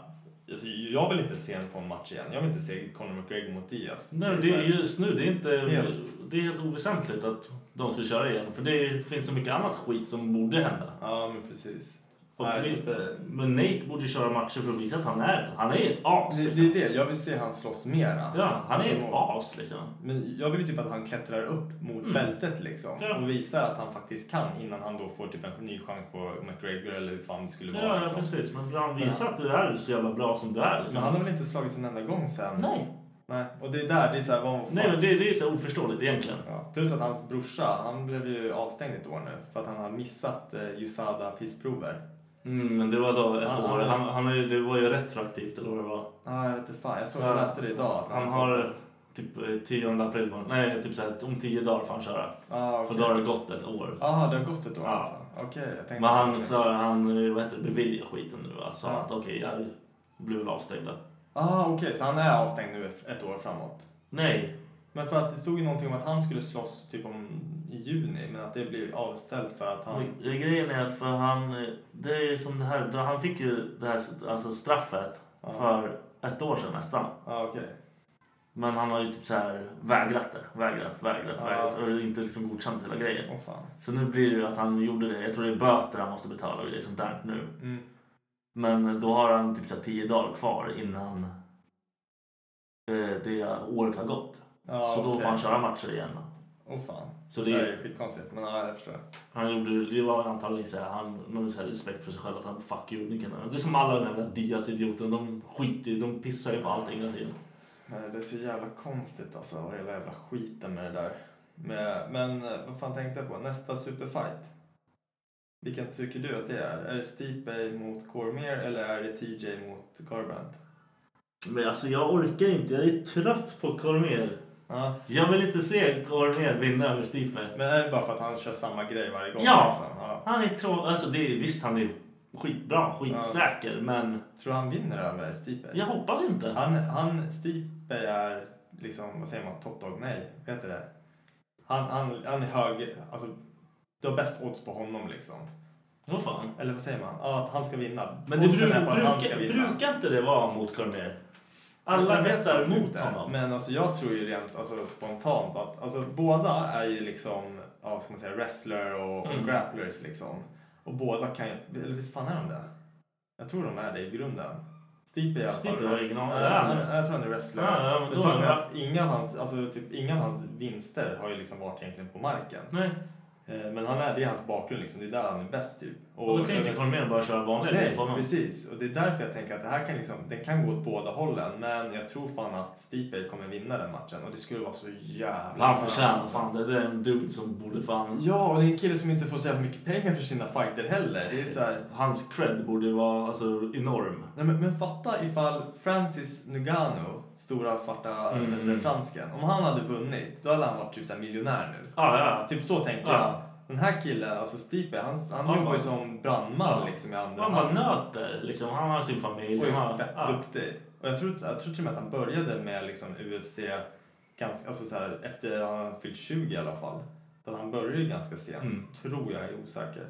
Alltså, jag vill inte se en sån match igen. Jag vill inte se Conor McGregor mot Diaz.
Nej,
är
det
så
är
här-
just nu, det är, inte,
Helt.
det är helt oväsentligt att de ska köra igen. För det finns så mycket annat skit som borde hända.
Ja, men precis.
Och
Nej,
vi-
så att eh, det...
Men Nate borde köra matcher för att visa att han är, han är ett as.
Det, det
Liksom.
är det, jag vill se han slåss mera.
Ja, han är
Alltså,
ett as liksom.
Men jag vill ju typ att han klättrar upp mot bältet liksom.
Mm. Ja.
Och visar att han faktiskt kan innan han då får typ en ny chans på McGregor eller hur fan det skulle vara.
Ja, ja,
liksom.
precis. Men för han visar att du är så jävla bra som du är. Liksom.
Men han har väl inte slagits en enda gång sen?
Nej.
Nej. Och det är där, det är såhär, vad fan.
Nej, men det, det är så oförståeligt egentligen.
Ja. Plus att hans brorsa, han blev ju avstängd ett år nu för att han har missat eh, Usada pissprover.
Mm, men det var då ett
Han- han-
år. Han, han, är- det var ju retroaktivt eller vad det var.
Ja, jag vet inte fan. Jag såg,
Så-
jag läste det idag. att
Han
fått
har
ett-
typ eh, 10 april. var- Nej, typ så här, om 10 dagar får han köra.
Ah,
För
okay.
då har det gått ett år.
Jaha, det har gått ett år
Ja.
alltså? Okej, jag tänkte...
Men han sa han eh, vad heter det, beviljar skiten nu. va? Sa
Ja.
att okej, jag blev väl avstängd. då.
Ah, okej, så han är avstängd nu ett år framåt?
Nej,
Men för att det stod ju någonting om att han skulle slåss typ om i juni men att det blev avställt för att han...
men grejen är att för han, eh, det är ju som det här, då han fick ju det här alltså straffet
Ja.
för ett år sedan nästan.
Ja ah, okej.
Men han har ju typ så här vägrat det, vägrat, vägrat,
Ja.
vägrat och inte liksom godkänt hela grejen.
Åh fan.
Så nu blir det ju att han gjorde det, jag tror det är böter han måste betala och grejer sånt där nu.
Mm.
Men då har han typ så här 10 dagar kvar innan eh, det året har gått.
Ja,
så då
okej.
får han köra matcher igen.
Åh fan.
Så
Det
det,
är ju skitkonstigt men ja, jag förstår.
han gjorde, det var antagligen så här, han, någon så här respekt för sig själv att han fuck you. ni kan- Det är som alla de här Diaz-idioten, de skiter ju- de pissar ju på allt hela tiden.
Nej, det är så jävla konstigt alltså och hela jävla skiten med det där. Men, men eh, vad fan tänkte jag på? Nästa superfight. Vilken tycker du att det är? Är det Stipe mot Cormier eller är det TJ mot Garbrandt?
Men alltså jag orkar inte, jag är trött på Cormier.
Ja.
Jag vill inte se Cormier vinna över Stipe.
Men är det bara för att han kör samma grej varje gång?
Ja.
Liksom? ja.
Han är trå... Alltså det är, visst han är skitbra, skitsäker, men
Tror du han vinner över Stipe?
jag hoppas inte.
Han, han Stipe är liksom, vad säger man, top dog? Nej, vad heter det? Han, han, han är hög, alltså du har bäst odds på honom liksom.
Vad fan.
Eller vad säger man? Ja, att han ska vinna.
Men det
Oddsen
bru-
är på att han
brukar, brukar inte det vara mot Cormier? Alla
Jag vet
vettar
faktiskt
mot
inte.
honom.
Men alltså, jag tror ju rent alltså, spontant att alltså, båda är ju liksom, ja, vad ska man säga, wrestler och,
Mm.
och grapplers liksom. Och båda kan ju, eller visst fan är de det? Jag tror de är det i grunden. Stipe är i alla fall
Stipe har
wrestler.
ingen aning.
Ja, han- Jag tror han är wrestler.
Ja, ja, men då
men saken
har
är
han-
att inga av hans, alltså, typ, inga av hans vinster har ju liksom varit egentligen på marken.
Nej,
Eh, Men han är, det är hans bakgrund liksom, det är där han är bäst typ.
och då kan ju inte
över-
Cormier bara köra vanliga grejer
Nej,
på honom.
precis. Och det är därför jag tänker att det här kan, liksom, den kan gå åt båda hållen. Men jag tror fan att Stipe kommer vinna den matchen. Och det skulle vara så jävla
Han
skönt.
förtjänar fan det. Det är en dude som borde fan...
Ja, och det är en kille som inte får så jävla mycket pengar för sina fighter heller. Det är så här,
Hans cred borde vara alltså, enorm.
nej, men, men fatta ifall Francis Nugano, stora svarta
Mm.
mm. fransken, om han hade vunnit, då hade han varit typ så här miljonär nu.
Ja, ja.
Typ så tänker
Ja.
jag. Den här killen, alltså Stipe, han, han,
Han
jobbar ju
bara-
som brandman liksom i andra
Han bara nöter. Liksom. Han har sin familj.
Och
han
är
har,
fett
ja.
duktig. Och jag tror, jag tror till och med att han började med liksom UFC ganska, alltså så här, efter han hade fyllt 20 i alla fall. Så att han började ju ganska sent,
Mm.
tror jag, jag är osäker.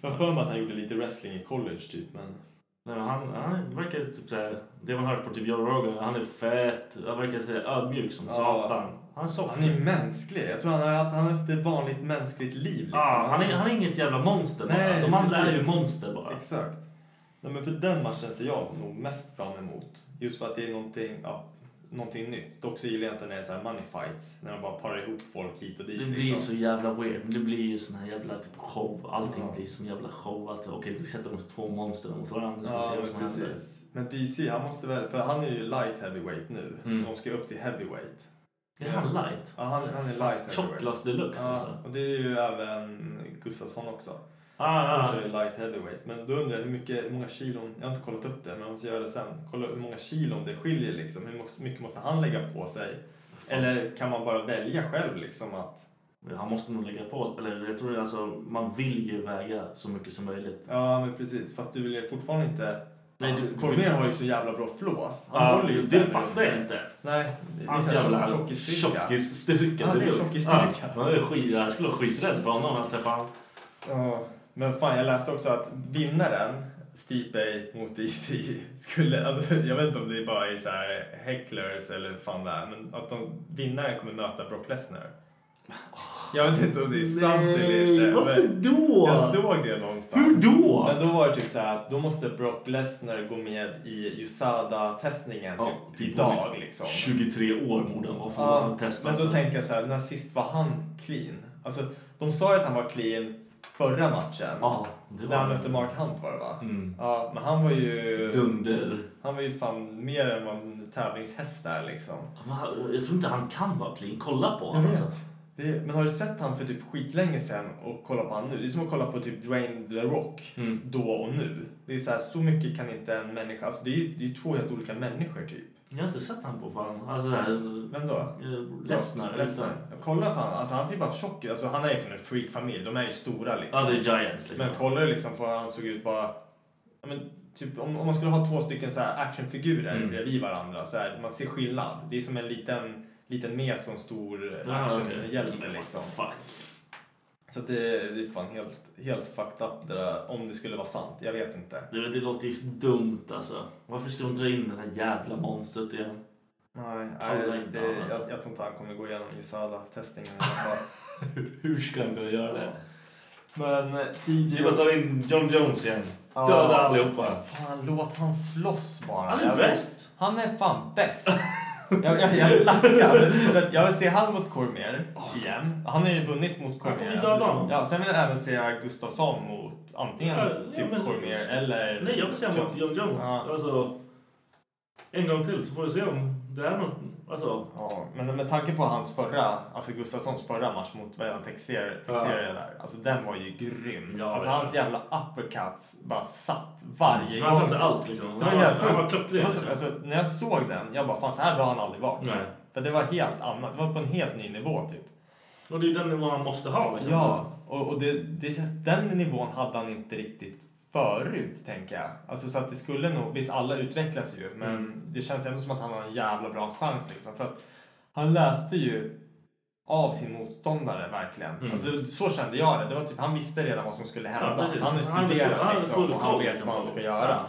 Jag har för mig att han gjorde lite wrestling i college typ, men...
Nej, men han, han verkar typ såhär, det man hört på typ Joe Rogan, han är fett, han verkar såhär, ödmjuk som
Ja.
satan. Han är soft.
Han är mänsklig. Jag tror han har haft, han har haft ett vanligt mänskligt liv liksom.
Ja, han, är, han är inget jävla monster bara.
Nej,
De andra är ju
precis.
monster bara.
Exakt. Nej, men för den matchen ser jag nog mest fram emot. Just för att det är någonting, ja, någonting nytt. Dock så gillar jag inte när det är så här money fights. När de bara parar ihop folk hit och dit. liksom.
Det blir så jävla weird. Det blir ju sån här jävla typ show. Allting
Ja.
blir som jävla show. Att okej, vi sätter de två monster mot varandra så vi
Ja,
ser vad som
men
händer.
precis. Men DC, han måste väl, för han är ju light heavyweight nu.
Mm.
De ska ju upp till heavyweight.
Är han light?
Ja, han, han är light heavyweight.
Tjockglass deluxe
Ja,
alltså.
och det är ju även Gustafsson också.
Ah,
Han
ah.
kör ju Alltså, light heavyweight. Men då undrar jag hur, mycket, hur många kilon, jag har inte kollat upp det, men jag måste göra det sen. Kolla hur många kilon det skiljer liksom. Hur måste- mycket måste han lägga på sig? Eller kan man bara välja själv liksom att
Han måste nog lägga på, eller jag tror alltså, man vill ju väga så mycket som möjligt.
Ja, men precis. Fast du vill ju fortfarande inte...
Nej, du-
Cormier har ju så jävla bra flås. Han
Ja,
håller ju
Ah, det
fem
fattar
minuter.
jag inte.
Nej, det är
Hans
så här
jävla
tjock- tjockisstyrka.
tjockisstyrka.
Ja, det är
lugnt.
tjockisstyrka.
Ja, man är skit, jag skulle vara skiträdd för honom. Jag träffar han.
Ja, men fan jag läste också att vinnaren Stipe mot DC skulle, alltså, jag vet inte om det bara är så här häcklers eller hur fan det är, men att de, vinnaren kommer möta Brock Lesnar. Jag vet inte om det är sant eller inte. eh, men
varför då?
Jag såg det någonstans.
Hur då?
Men då var det typ så här att då måste Brock Lesnar gå med i USADA-testningen
Ja,
typ,
typ
idag liksom.
23 år borde han vara för
Ja,
att testa. alltså.
men då
sig.
tänker jag så här, när sist var han clean? Alltså, de sa ju att han var clean förra matchen.
Ja, det
När han
var
mötte Mark Hunt var det va?
Mm.
Ja, men han var ju...
dunder.
Han var ju fan mer än vad en tävlingshäst är liksom.
Jag tror inte han kan vara clean. Kolla på
Jag
honom. alltså.
vet. Det, är- men har du sett han för typ skitlänge sen och kolla på han nu? Det är som att kolla på typ Dwayne The Rock
Mm.
då och nu. Det är så här, så mycket kan inte en människa... Alltså det är ju det är ju två helt olika människor typ.
Jag har inte sett han på fan. Alltså det här...
Vem då?
eh, Lesnar.
Lesnar. Kolla fan, alltså han ser ju bara tjock ut. Alltså han är ju från en freak-familj. De är ju stora liksom.
Ja, det är Giants liksom.
Men kollar du liksom på hur han såg ut bara... Ja, men typ, om, om man skulle ha två stycken så här actionfigurer
Mm.
bredvid varandra så här, man ser skillnad. Det är som en liten, liten mes och en stor
Ja, Ah, okej.
actionhjälte
What the
liksom.
Fuck.
Så att det, det är fan helt, helt fucked up det där, om det skulle vara sant. Jag vet inte.
Det, det låter ju dumt alltså. Varför ska de dra in den här jävla monstret igen?
Nej,
Pallar
nej,
inte
det,
han, alltså.
jag, jag tror inte han kommer gå igenom USADA-testningen i alla fall. [laughs]
Hur ska han kunna göra det?
Men eh,
Vi
TJ...
bara tar in John Jones igen. Döda allihopa.
Fan, låt han slåss bara.
Han
Jag
är
vet-
bäst.
Han är fan bäst. jag, jag, jag lackar. För att Jag vill se han mot Cormier igen. Han har ju vunnit mot
kommer
Cormier. Alltså,
ju döda honom.
ja, sen vill jag även se Gustafsson mot antingen
Ja, ja,
typ
men-
Cormier eller...
Nej, jag vill se honom mot John Jones.
Typ. Ja.
Alltså, en gång till så får vi se om det är något. Alltså,
Ja, men med tanke på hans förra, alltså Gustafssons förra match mot vad är han, Texier, Texier där. Alltså den var ju grym.
Ja,
alltså
det-
hans jävla uppercuts bara satt varje gång.
han satte allt liksom.
Det var
Han var,
helt
han var
sjukt. Det
klockren.
var så- Alltså, när jag såg den, jag bara fan så här bra har han aldrig varit.
liksom. Nej.
För det var helt annat, det var på en helt ny nivå typ.
Och det är den nivån han måste ha. Liksom.
Ja, och, och det, det, den nivån hade han inte riktigt förut, tänker jag. Alltså så att det skulle nog, visst alla utvecklas ju, men
Mm.
det känns ändå som att han har en jävla bra chans liksom. För att han läste ju av sin motståndare verkligen.
Mm.
Alltså, det- så kände jag det. det var typ, han visste redan vad som skulle hända.
precis.
alltså, han har ju
Han hade full- han hade
studerat liksom,
full
och han
koll,
vet
liksom,
vad han
på-
ska göra.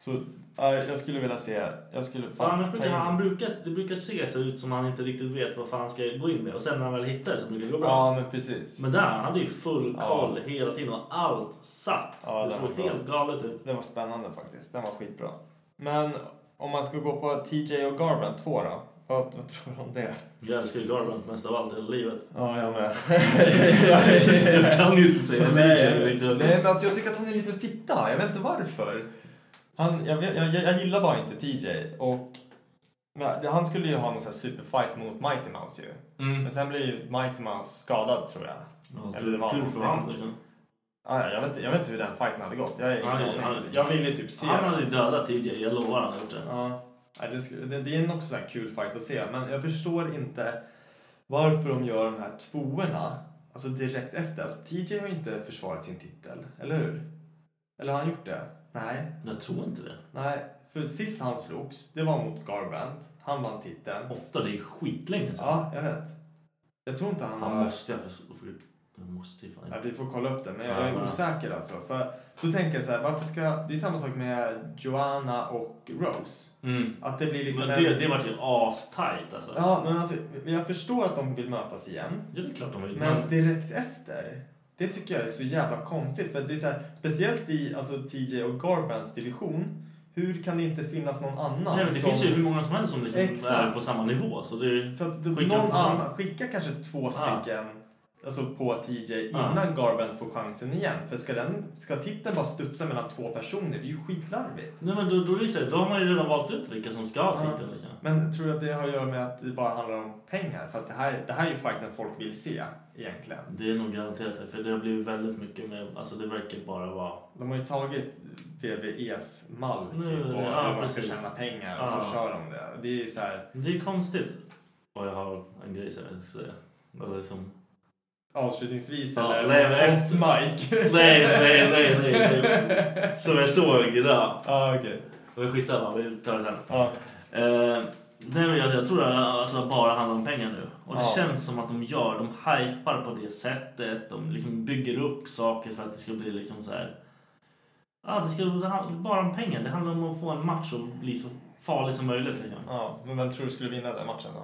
Så ja, jag skulle vilja se, jag skulle
För annars
ta
brukar
in-
han, han brukar, det brukar se så ut som han inte riktigt vet vad fan han ska gå in med. Och sen när han väl hittar det så brukar det gå bra.
Ja, men precis.
Men där, han hade ju full koll hela tiden och allt satt.
Ja,
det
det
såg
var bra.
helt galet ut.
Den var spännande faktiskt. Den var skitbra. Men om man ska gå på TJ och Garbrandt 2 då? Vad, vad tror du om det?
Jag älskar ju Garbrandt mest av allt i hela livet.
[laughs] Ja, jag med.
Jag kan ju inte säga
Nej,
TJ.
nej, men alltså, jag tycker att han är lite fitta. Jag vet inte varför. Han, jag, vet, jag, jag, jag gillar bara inte TJ. Och, men, han skulle ju ha någon sån här superfight mot Mighty Mouse ju.
Mm.
Men sen blev ju Mighty Mouse skadad tror jag.
Ja,
Eller det var
tur- Tur för
någonting.
han liksom.
Ah, ja, jag, vet, inte- jag vet inte hur den fighten hade gått. Jag, är ingen
Nej,
aning.
han-
jag ville ju typ se
Han
den.
hade ju dödat TJ, jag lovar han hade gjort det.
Ja, nej, det, skulle, det, det är en också så här kul fight att se. Men jag förstår inte varför de gör de här tvåorna alltså direkt efter. Alltså, TJ har ju inte försvarat sin titel, eller hur? Eller har han gjort det? Nej.
Jag tror inte det.
Nej, för sist han slogs, det var mot Garbrandt. Han vann titeln.
Ofta, det är skitlänge sedan.
Ja, jag vet. Jag tror inte han,
Han
har...
måste ju ha för- för... Han måste ju fan
Ja,
inte.
vi får kolla upp det, men jag, jag
Ja,
är
ja.
osäker alltså. För då tänker jag så här, varför ska... Det är samma sak med Joanna och Rose.
Mm.
Att det blir liksom
Men det, det vart ju astajt alltså. Ja.
Ja, men alltså, jag förstår att de vill mötas igen.
Det är klart de vill.
Men
Men
direkt efter. Det tycker jag är så jävla konstigt. För det är så här, speciellt i alltså, TJ och Garbrands division. Hur kan det inte finnas någon annan?
Nej, men det
som-
finns ju hur många som helst som liksom
Exakt.
är på samma nivå. Så det...
Så att det,
Skicka
någon
på Ah. honom.
annan, skicka kanske två
Ja.
stycken alltså, på TJ
Ja.
innan Garbrandt får chansen igen. För ska, den, ska titeln bara studsa mellan två personer, det är ju skitlarvigt.
Nej, men då, då, är det så här, då har man ju redan valt ut vilka som ska ha titeln. Liksom.
Men tror du att det har att göra med att det bara handlar om pengar? För att det här, det här är ju fighten folk vill se egentligen.
Det är nog garanterat det, för det har blivit väldigt mycket med... Alltså det verkar bara vara...
De har ju tagit VVEs mall
Nu,
typ, och
ja,
hur man ska
precis.
tjäna pengar och
Ja.
så kör de det. Det är så här,
Det är konstigt. Och jag har en grej som jag vill säga. Eller som
avslutningsvis
Ja,
eller
nej, men
off
efter-
mic? [laughs]
Nej, nej, nej, nej. nej. Som jag såg idag.
Ja, okej.
Men skitsamma, vi tar det sen.
Ja.
Eh, nej, men jag, jag tror att alltså, det bara handlar om pengar nu. Och det
Ja.
känns som att de gör, de hypar på det sättet. De liksom bygger upp saker för att det ska bli liksom så här. Ja, det ska det handlar bara om pengar. Det handlar om att få en match och bli så farlig som möjligt. Liksom.
ja, men vem tror du skulle vinna den matchen då?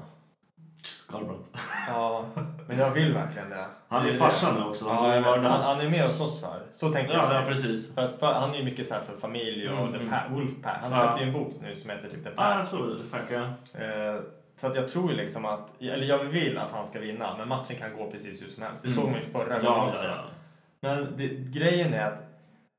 Skarbrandt.
Ja, men jag vill verkligen det.
Han
Det
är
det.
farsan nu också. Han
Ja, jag
är
vet. han,
han,
han är med och slåss för. Så tänker
ja, ja,
jag.
precis.
För att, för, han är ju mycket så här för familj och
Mm,
the
mm.
pack, Wolfpack. Han
Ja.
släppte ju en bok nu som heter typ The Pack.
Ah, så, tackar.
Eh, Så att jag tror ju liksom att, eller jag vill att han ska vinna, men matchen kan gå precis hur som helst. Det såg man ju förra
Mm. Ja,
gången
ja,
också.
ja.
Men det, grejen är att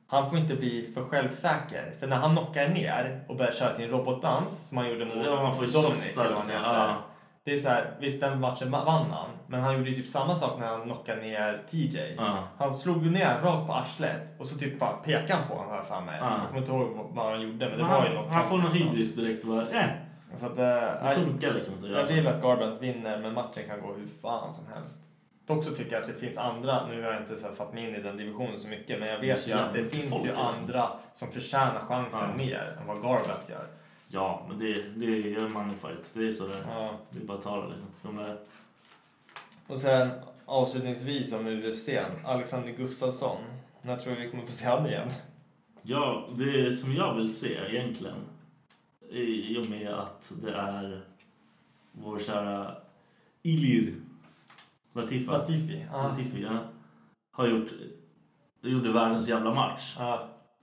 han får inte bli för självsäker. För när han knockar ner och börjar köra sin robotdans som han gjorde mot
Ja, man får ju
Dominic
softa
eller vad han
liksom.
heter.
Ja.
Det är så här, visst den matchen ma- vann han, men han gjorde ju typ samma sak när han knockade ner TJ.
Ja.
Han slog ju ner rakt på arslet och så typ bara pekade han på honom har jag för mig.
Ja.
Jag kommer inte ihåg vad- vad han gjorde men det
Men
var
han,
ju något
han
sånt
får någon
liksom.
hybris direkt. Bara, eh,
Så att,
det
eh,
funkar liksom inte.
jag vill att Garbrandt vinner, men matchen kan gå hur fan som helst. Dock så tycker jag att det finns andra, nu har jag inte så här satt mig in i den divisionen så mycket, men jag
Det är
vet
så
ju att det
jävla
finns
folk,
ju
eller?
andra som förtjänar chansen
Ja.
mer än vad Garbrandt gör.
Ja, men det, det är moneyfight. Det är så det är.
Ja.
Det är bara att ta det liksom. De där,
Och sen avslutningsvis om UFC, Alexander Gustafsson. När tror du vi kommer få se han igen?
ja, det som jag vill se egentligen i i och med att det är vår kära Ilir Latifa.
Latifi? Ja.
Latifi, ja. Har gjort, gjorde världens jävla match.
Ja.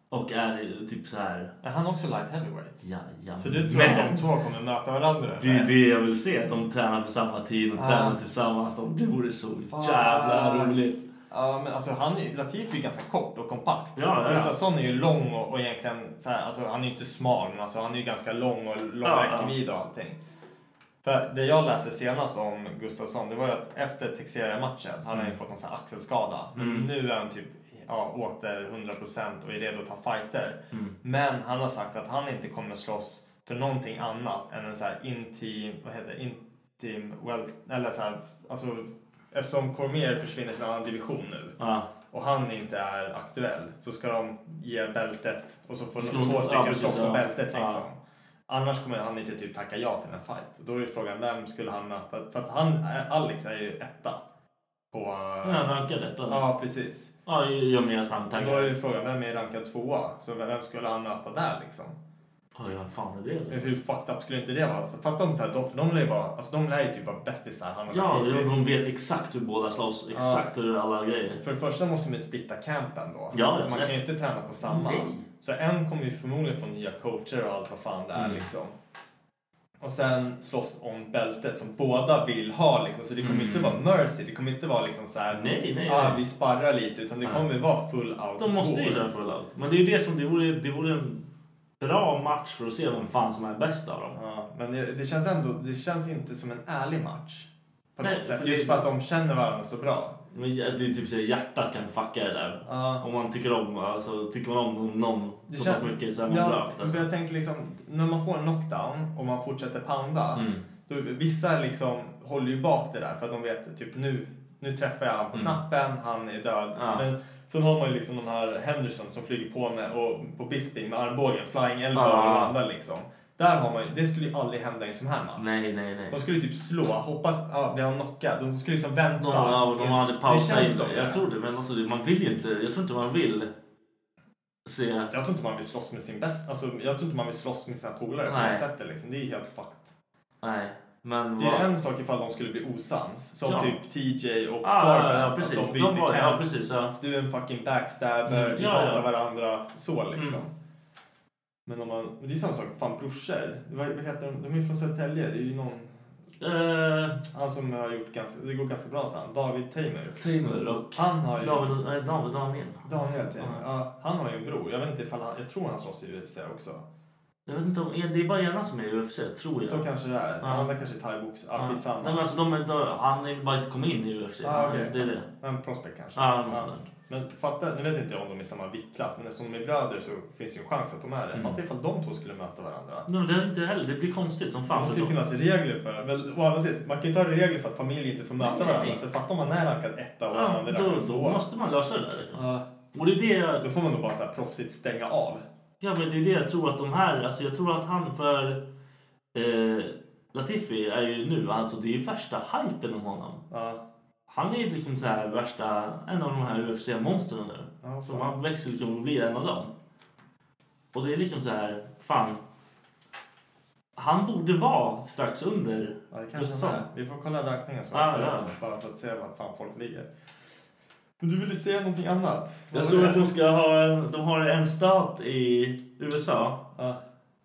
Och är typ så här...
Är han också light heavyweight?
Ja, ja,
Så du tror att de två kommer möta varandra?
Det är det jag vill se. De tränar för samma tid, de
Ja.
tränar tillsammans. De, det vore så
Fan.
jävla roligt.
Ja, men alltså han är, Latif är ju ganska kort och kompakt.
Ja, ja, ja.
Gustafsson är ju lång och, och egentligen så här, alltså han är ju inte smal, men alltså han är ju ganska lång och lång
Ja, ja.
räckvidd och allting. För det jag läste senast om Gustafsson, det var ju att efter Texera-matchen så hade han ju fått någon sån här axelskada. Men
Mm.
nu är han typ ja, åter 100% och är redo att ta fighter.
Mm.
Men han har sagt att han inte kommer slåss för någonting annat än en så här intim, vad heter det, intim, well, eller så här, alltså eftersom Cormier försvinner till en annan division nu
Ja.
och han inte är aktuell så ska de ge bältet och så får
Ska
de
de-
två
ja,
stycken
precis,
slåss om
ja.
bältet liksom.
Ja.
Annars kommer han inte typ tacka ja till en fight. Då är ju frågan vem skulle han möta? För att han, Alex är ju etta på... eh,
Ja, Han rankar rätt. eller?
Ja, precis.
Ja, i och med att han
Då är
taggar.
ju frågan vem är rankad tvåa? Så vem skulle han möta där liksom?
Oj, vad fan är det? liksom?
Hur fucked up skulle inte det vara? Alltså, fatta om så här, de, för de lär ju vara, alltså, de lär ju typ vara bästisar. Han och
Ja,
Latifi.
de vet exakt hur båda slåss, exakt hur alla grejer.
För det första måste man ju splitta campen då.
Ja,
För man
rätt.
kan ju inte träna på samma.
Nej.
Så en kommer ju förmodligen få nya coacher och allt vad fan det
Mm.
är liksom. Och sen slåss om bältet som båda vill ha liksom. Så det kommer inte vara mercy. Det kommer inte vara liksom så här.
Mm. Nej, nej,
ah,
nej.
vi sparrar lite. Utan det
Nej.
kommer ju vara full out.
De måste ju
war.
köra full out. Men det är ju det som, det vore, det vore en bra match för att se vem fan som är bäst av dem.
Ja, men det, det känns ändå, det känns inte som en ärlig match. På
Nej,
något sätt.
för
Just
det-
för att de känner varandra så bra.
Men ja, det är typ såhär, hjärtat kan fucka det där.
Ja.
Om man tycker om, alltså tycker man om någon
Det
så
känns-
pass mycket så är man
ja,
blöt. Alltså.
för jag tänker liksom, när man får en knockdown och man fortsätter panda.
Mm.
Då, vissa liksom håller ju bak det där för att de vet typ nu, nu träffar jag han på knappen, han är död.
Mm. Ja.
Men sen har man ju liksom de här Henderson som flyger på med och på Bisping med armbågen, flying elbow
Ja.
och landar liksom. Där har man ju, det skulle ju aldrig hända i en sån här match.
Nej, nej,
De
nej.
skulle typ slå, hoppas, ja, blir han knockad? De skulle liksom vänta.
De, ja, de hade pausat
känns som
in. Jag tror det, men alltså, det- man vill ju inte, jag tror inte man vill se...
Jag tror inte man vill slåss med sin bäst, alltså jag tror inte man vill slåss med sina polare på
Nej.
det sättet liksom. Det är ju helt fucked.
Nej. Men
Det är
vad-
en sak ifall de skulle bli osams. Som
Ja.
typ TJ och
Ah, ja,
Garben.
ja, precis.
Att de
De
byter
var,
camp.
ja, precis. Ja.
Du är en fucking backstabber.
Mm,
vi
ja,
hatar
ja.
varandra. Så liksom.
Mm.
Men om man... men Det är samma sak. Fan brorsor. Vad, vad heter de? De är ju från Södertälje. Det är ju någon...
Eh,
Han som har gjort ganska... Det går ganska bra för han. David Tamer.
Tamer och
Han har ju...
David, nej, David Daniel.
Daniel Tamer.
Ja.
Ja, han har ju en bror. Jag vet inte ifall han... Jag tror han slåss i UFC också.
Jag vet inte om, det är bara ena som är i UFC, tror jag.
Så kanske det är.
Ja.
Han andra kanske är thaiboxare. Ja,
Ja.
skitsamma.
Nej, men alltså, de, är- de, han har bara inte kommit in i UFC.
Ah, okej. Ah.
Det är det.
En prospect kanske.
Ja, något sånt där.
Men fatta, nu vet inte jag om de är i samma viktklass, men eftersom de är bröder så finns ju en chans att de
Mm.
är det. Fatta ifall de två skulle möta varandra.
Nej, men det är inte heller. Det blir konstigt som
Det
fan.
måste ju
för dem.
finnas regler för men, å andra sidan, man kan ju inte ha regler för att familjer inte får möta
Nej,
varandra.
nej.
För fatta om man är rankad etta och den
Ja,
andra är
då,
rankad
då
tvåa.
måste man lösa det där. Liksom.
Ja.
Och det är det jag
Då får man nog bara så här proffsigt stänga av.
Ja, men det är det jag tror att de här... Alltså jag tror att han för... Eh, Latifi är ju nu... Alltså det är ju värsta hypen om honom.
Ja.
Han är ju liksom så här värsta... En av de här UFC-monstren nu.
Ja,
så
fan.
han växer liksom och blir en av dem. Och det är liksom så här... Fan. Han borde vara strax under.
Ja, det
Just
kanske
så.
han är. Vi får kolla rankningen så
Ja,
efteråt.
ja.
Bara för att se vart fan folk ligger. Men du ville säga någonting annat? Vad var
Jag såg
det?
att de ska ha en... De har en stat i USA.
Ja.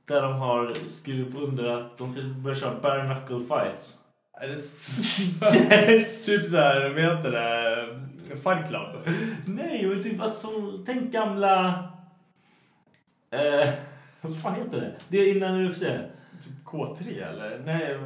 Där de har skrivit under att de ska börja köra bare knuckle fights.
Är det
[laughs]
yes! [laughs] typ såhär, vad heter det? Fight Club.
Nej, men typ alltså, tänk gamla... Eh, [laughs] vad fan heter det? Det är innan UFC.
Typ K3 eller? Nej,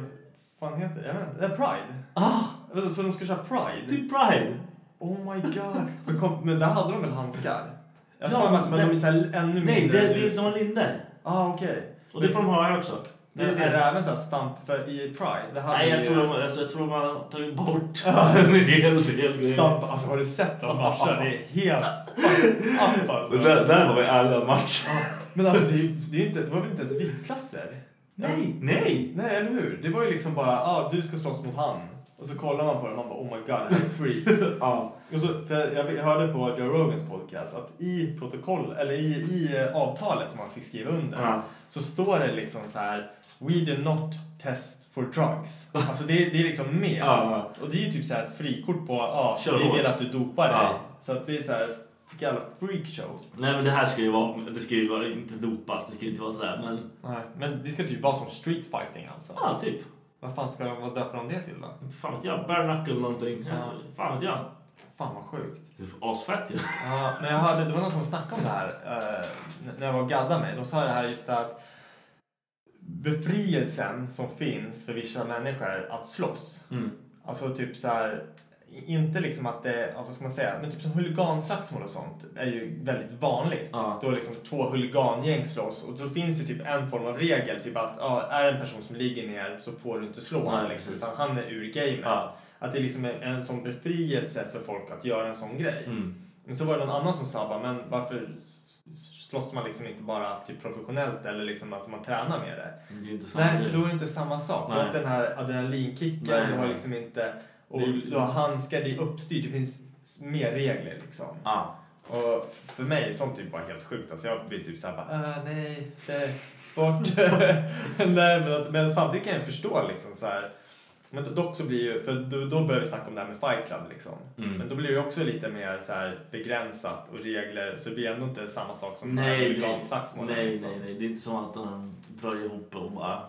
vad fan heter det? Jag vet inte. Eh, Pride?
Ah,
Vänta, Så de ska köra Pride?
typ Pride.
Oh my god. Men, kom, men där hade de väl handskar? Jag
Ja,
har för mig att men
men-
de är såhär ännu mindre.
Nej, det,
ljus.
det, de har linder.
Ah, okej.
Och det får de ha här också. Det
Men
är
är det
det.
även såhär stamp för, i Pride? Det hade
Nej, jag
ju-
tror, de, alltså, jag tror man har tagit bort en hel del grejer.
Stamp, alltså har du sett de matcherna? Det är helt up alltså.
där var ju alla matcher.
Men alltså det, är ju- det, är ju inte, det var väl inte ens viktklasser?
Nej, nej!
Nej, eller hur? Det var ju liksom bara, ah, du ska slåss mot han. Och så kollar man på det och man bara, oh my god, det här är freaks.
[laughs] Ja.
Och så, för jag, jag hörde på Joe Rogans podcast att i protokoll, eller i, i eh, avtalet som han fick skriva under
Ja.
så står det liksom så här We do not test
[laughs]
for drugs. Alltså det, är- det är liksom med.
Ja.
Och det är ju typ så här ett frikort på ja,
Kör
vi
hårt.
vill att du dopar dig.
Ja.
Så att det är så här jävla freakshows.
Nej, men det här ska ju vara... Det ska ju vara, inte dopas, det ska ju inte vara sådär, men...
Nej, men det ska typ vara som street fighting alltså.
Ja, typ.
Vad fan ska de, vad döper de det till då?
Inte fan vet jag. Bare knuckle någonting.
Ja.
Fan vet jag.
Fan vad sjukt.
Det är Asfett ju.
Ja, men jag hörde, det var någon som snackade om det här eh, när jag var och gaddade mig. De sa det här just att befrielsen som finns för vissa människor att slåss. Alltså typ så här, inte liksom att det, ja, vad ska man säga, men typ som huliganslagsmål och sånt är ju väldigt vanligt.
Ja.
Då liksom två huligangäng slåss och då finns det typ en form av regel, typ att ja, är det en person som ligger ner så får du inte slå honom
Nej,
liksom,
precis.
utan han är ur gamet.
Ja.
Att det liksom är en sån befrielse för folk att göra en sån grej.
Mm.
Men så var det någon annan som sa bara, men varför s- s- slåss man liksom inte bara typ professionellt eller liksom att man tränar med det?
Det är inte samma
Nej,
grej.
för då är det inte samma sak. Du har
Nej.
inte den här adrenalinkicken,
Nej,
du har
nej.
liksom inte... Och
Det är-
du har handskar, det är uppstyrt, det finns s- mer regler liksom.
Ja.
Och f- för mig är sånt typ bara helt sjukt. Alltså jag blir typ såhär bara, "Ah, nej, det, bort. [laughs] nej, men, alltså, men samtidigt kan jag förstå liksom så här. Men do- dock så blir ju, för då, då börjar vi snacka om det här med Fight Club liksom.
Mm.
Men då blir det också lite mer så här begränsat och regler. Så det blir ändå inte samma sak som det här
Nej, nej,
huliganslagsmålen,
nej,
liksom.
nej, nej. Det är inte som att de drar ihop och bara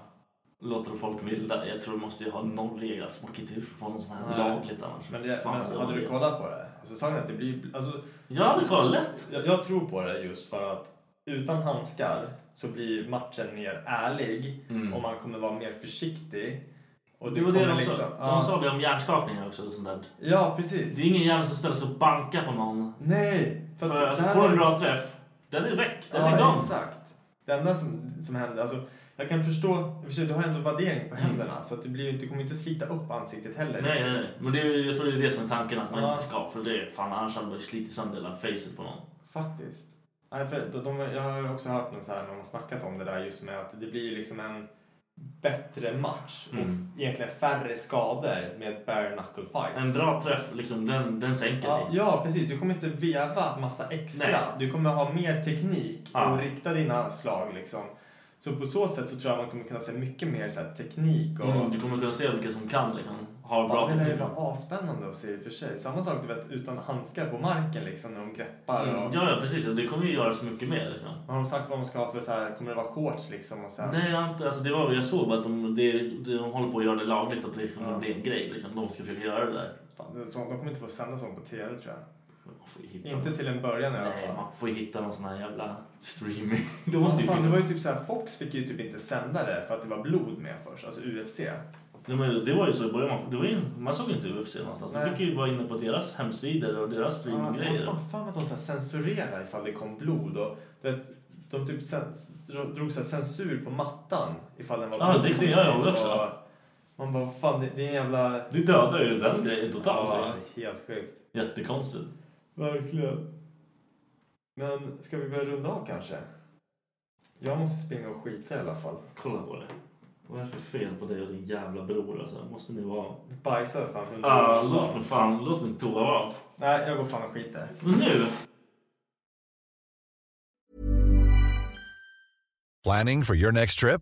låter folk vilda. Jag tror de måste ju ha någon regel. Alltså, man kan inte få någon sån här
Nej.
lagligt annars.
Men, det,
Fan,
men
vad
hade du
det-
kollat på det? Alltså sanningen är att det blir, alltså
Jag hade kollat lätt.
Jag, jag tror på det just för att utan handskar så blir matchen mer ärlig och man kommer vara mer försiktig. Och
Det var det
kommer
de
liksom-
sa.
ja.
De sa det om hjärnskakningar också. Och sånt där.
Ja, precis.
Det är ingen jävel som ställer sig och bankar på någon.
Nej!
För,
det
alltså,
här
får du
var-
en bra träff, den är väck. Den är
Ja,
gone.
exakt. Det enda som, som hände, alltså jag kan förstå, i och för sig, du har ändå vaddering på händerna så att du, blir, ju- du kommer inte slita upp ansiktet heller.
Nej, nej, nej. Men det är, jag tror det är det som är tanken, att man
Ja.
inte ska. För det är fan, annars hade man slitit sönder hela facet på någon.
Faktiskt. Nej, för de, de, jag har ju också hört någon så här, när man har snackat om det där just med att det blir ju liksom en bättre match
Mm.
och egentligen färre skador med bare knuckle fights.
En bra träff, liksom, den, den sänker
Ja,
dig.
ja, precis. Du kommer inte veva massa extra.
Nej.
Du kommer ha mer teknik
Ja.
och rikta dina slag liksom. Så på så sätt så tror jag man kommer kunna se mycket mer så här, teknik och...
Mm, du kommer kunna se vilka som kan liksom, ha bra
Ja, det är
teknik.
ju asspännande att se i och för sig. Samma sak du vet utan handskar på marken liksom när de greppar och...
Mm, ja, ja, precis. Ja, Det kommer ju göra så mycket mer. Liksom.
Har de sagt vad de ska ha för så här, kommer det vara shorts liksom och så här?
Nej, jag, har inte- alltså, det var, jag såg bara att de, det, de håller på att göra det lagligt, att det liksom blir en grej. Liksom. De ska försöka göra det där.
Fan, det- så- de kommer inte få sända sånt på tv tror jag.
Man får ju hitta
Inte till en början i alla
Nej,
fall.
man får ju hitta någon sån här jävla
[laughs]
streaming. Då måste ju
Fan,
finnas-
det var ju typ så här, Fox fick ju typ inte sända det för att det var blod med först, alltså UFC.
Nej, men det var ju så i början. Man, det var ju, man såg inte UFC någonstans. Man
Nej.
fick ju vara inne på deras hemsidor och deras
Ja,
streaminggrejer.
Jag har Ah, fan för mig att de så här censurerade ifall det kom blod. Och, du vet, de typ cens, drog så här censur på mattan ifall den var
Ja, det kommer
blodig.
jag ihåg också.
Och Man bara, fan det, det är en jävla...
det dödar ju den grejen totalt.
Ja, det är helt sjukt.
Jättekonstigt.
Verkligen. Men ska vi börja runda av kanske? Jag måste springa och skita i alla fall.
Kolla på det. Vad är det för fel på dig och din jävla bror alltså? Måste ni vara...
Bajsar fan hundra
Ah,
gånger om
låt
dagen.
mig fan, låt mig toa vara.
Nej, jag går fan och skiter.
Men nu!
Planning for your next trip?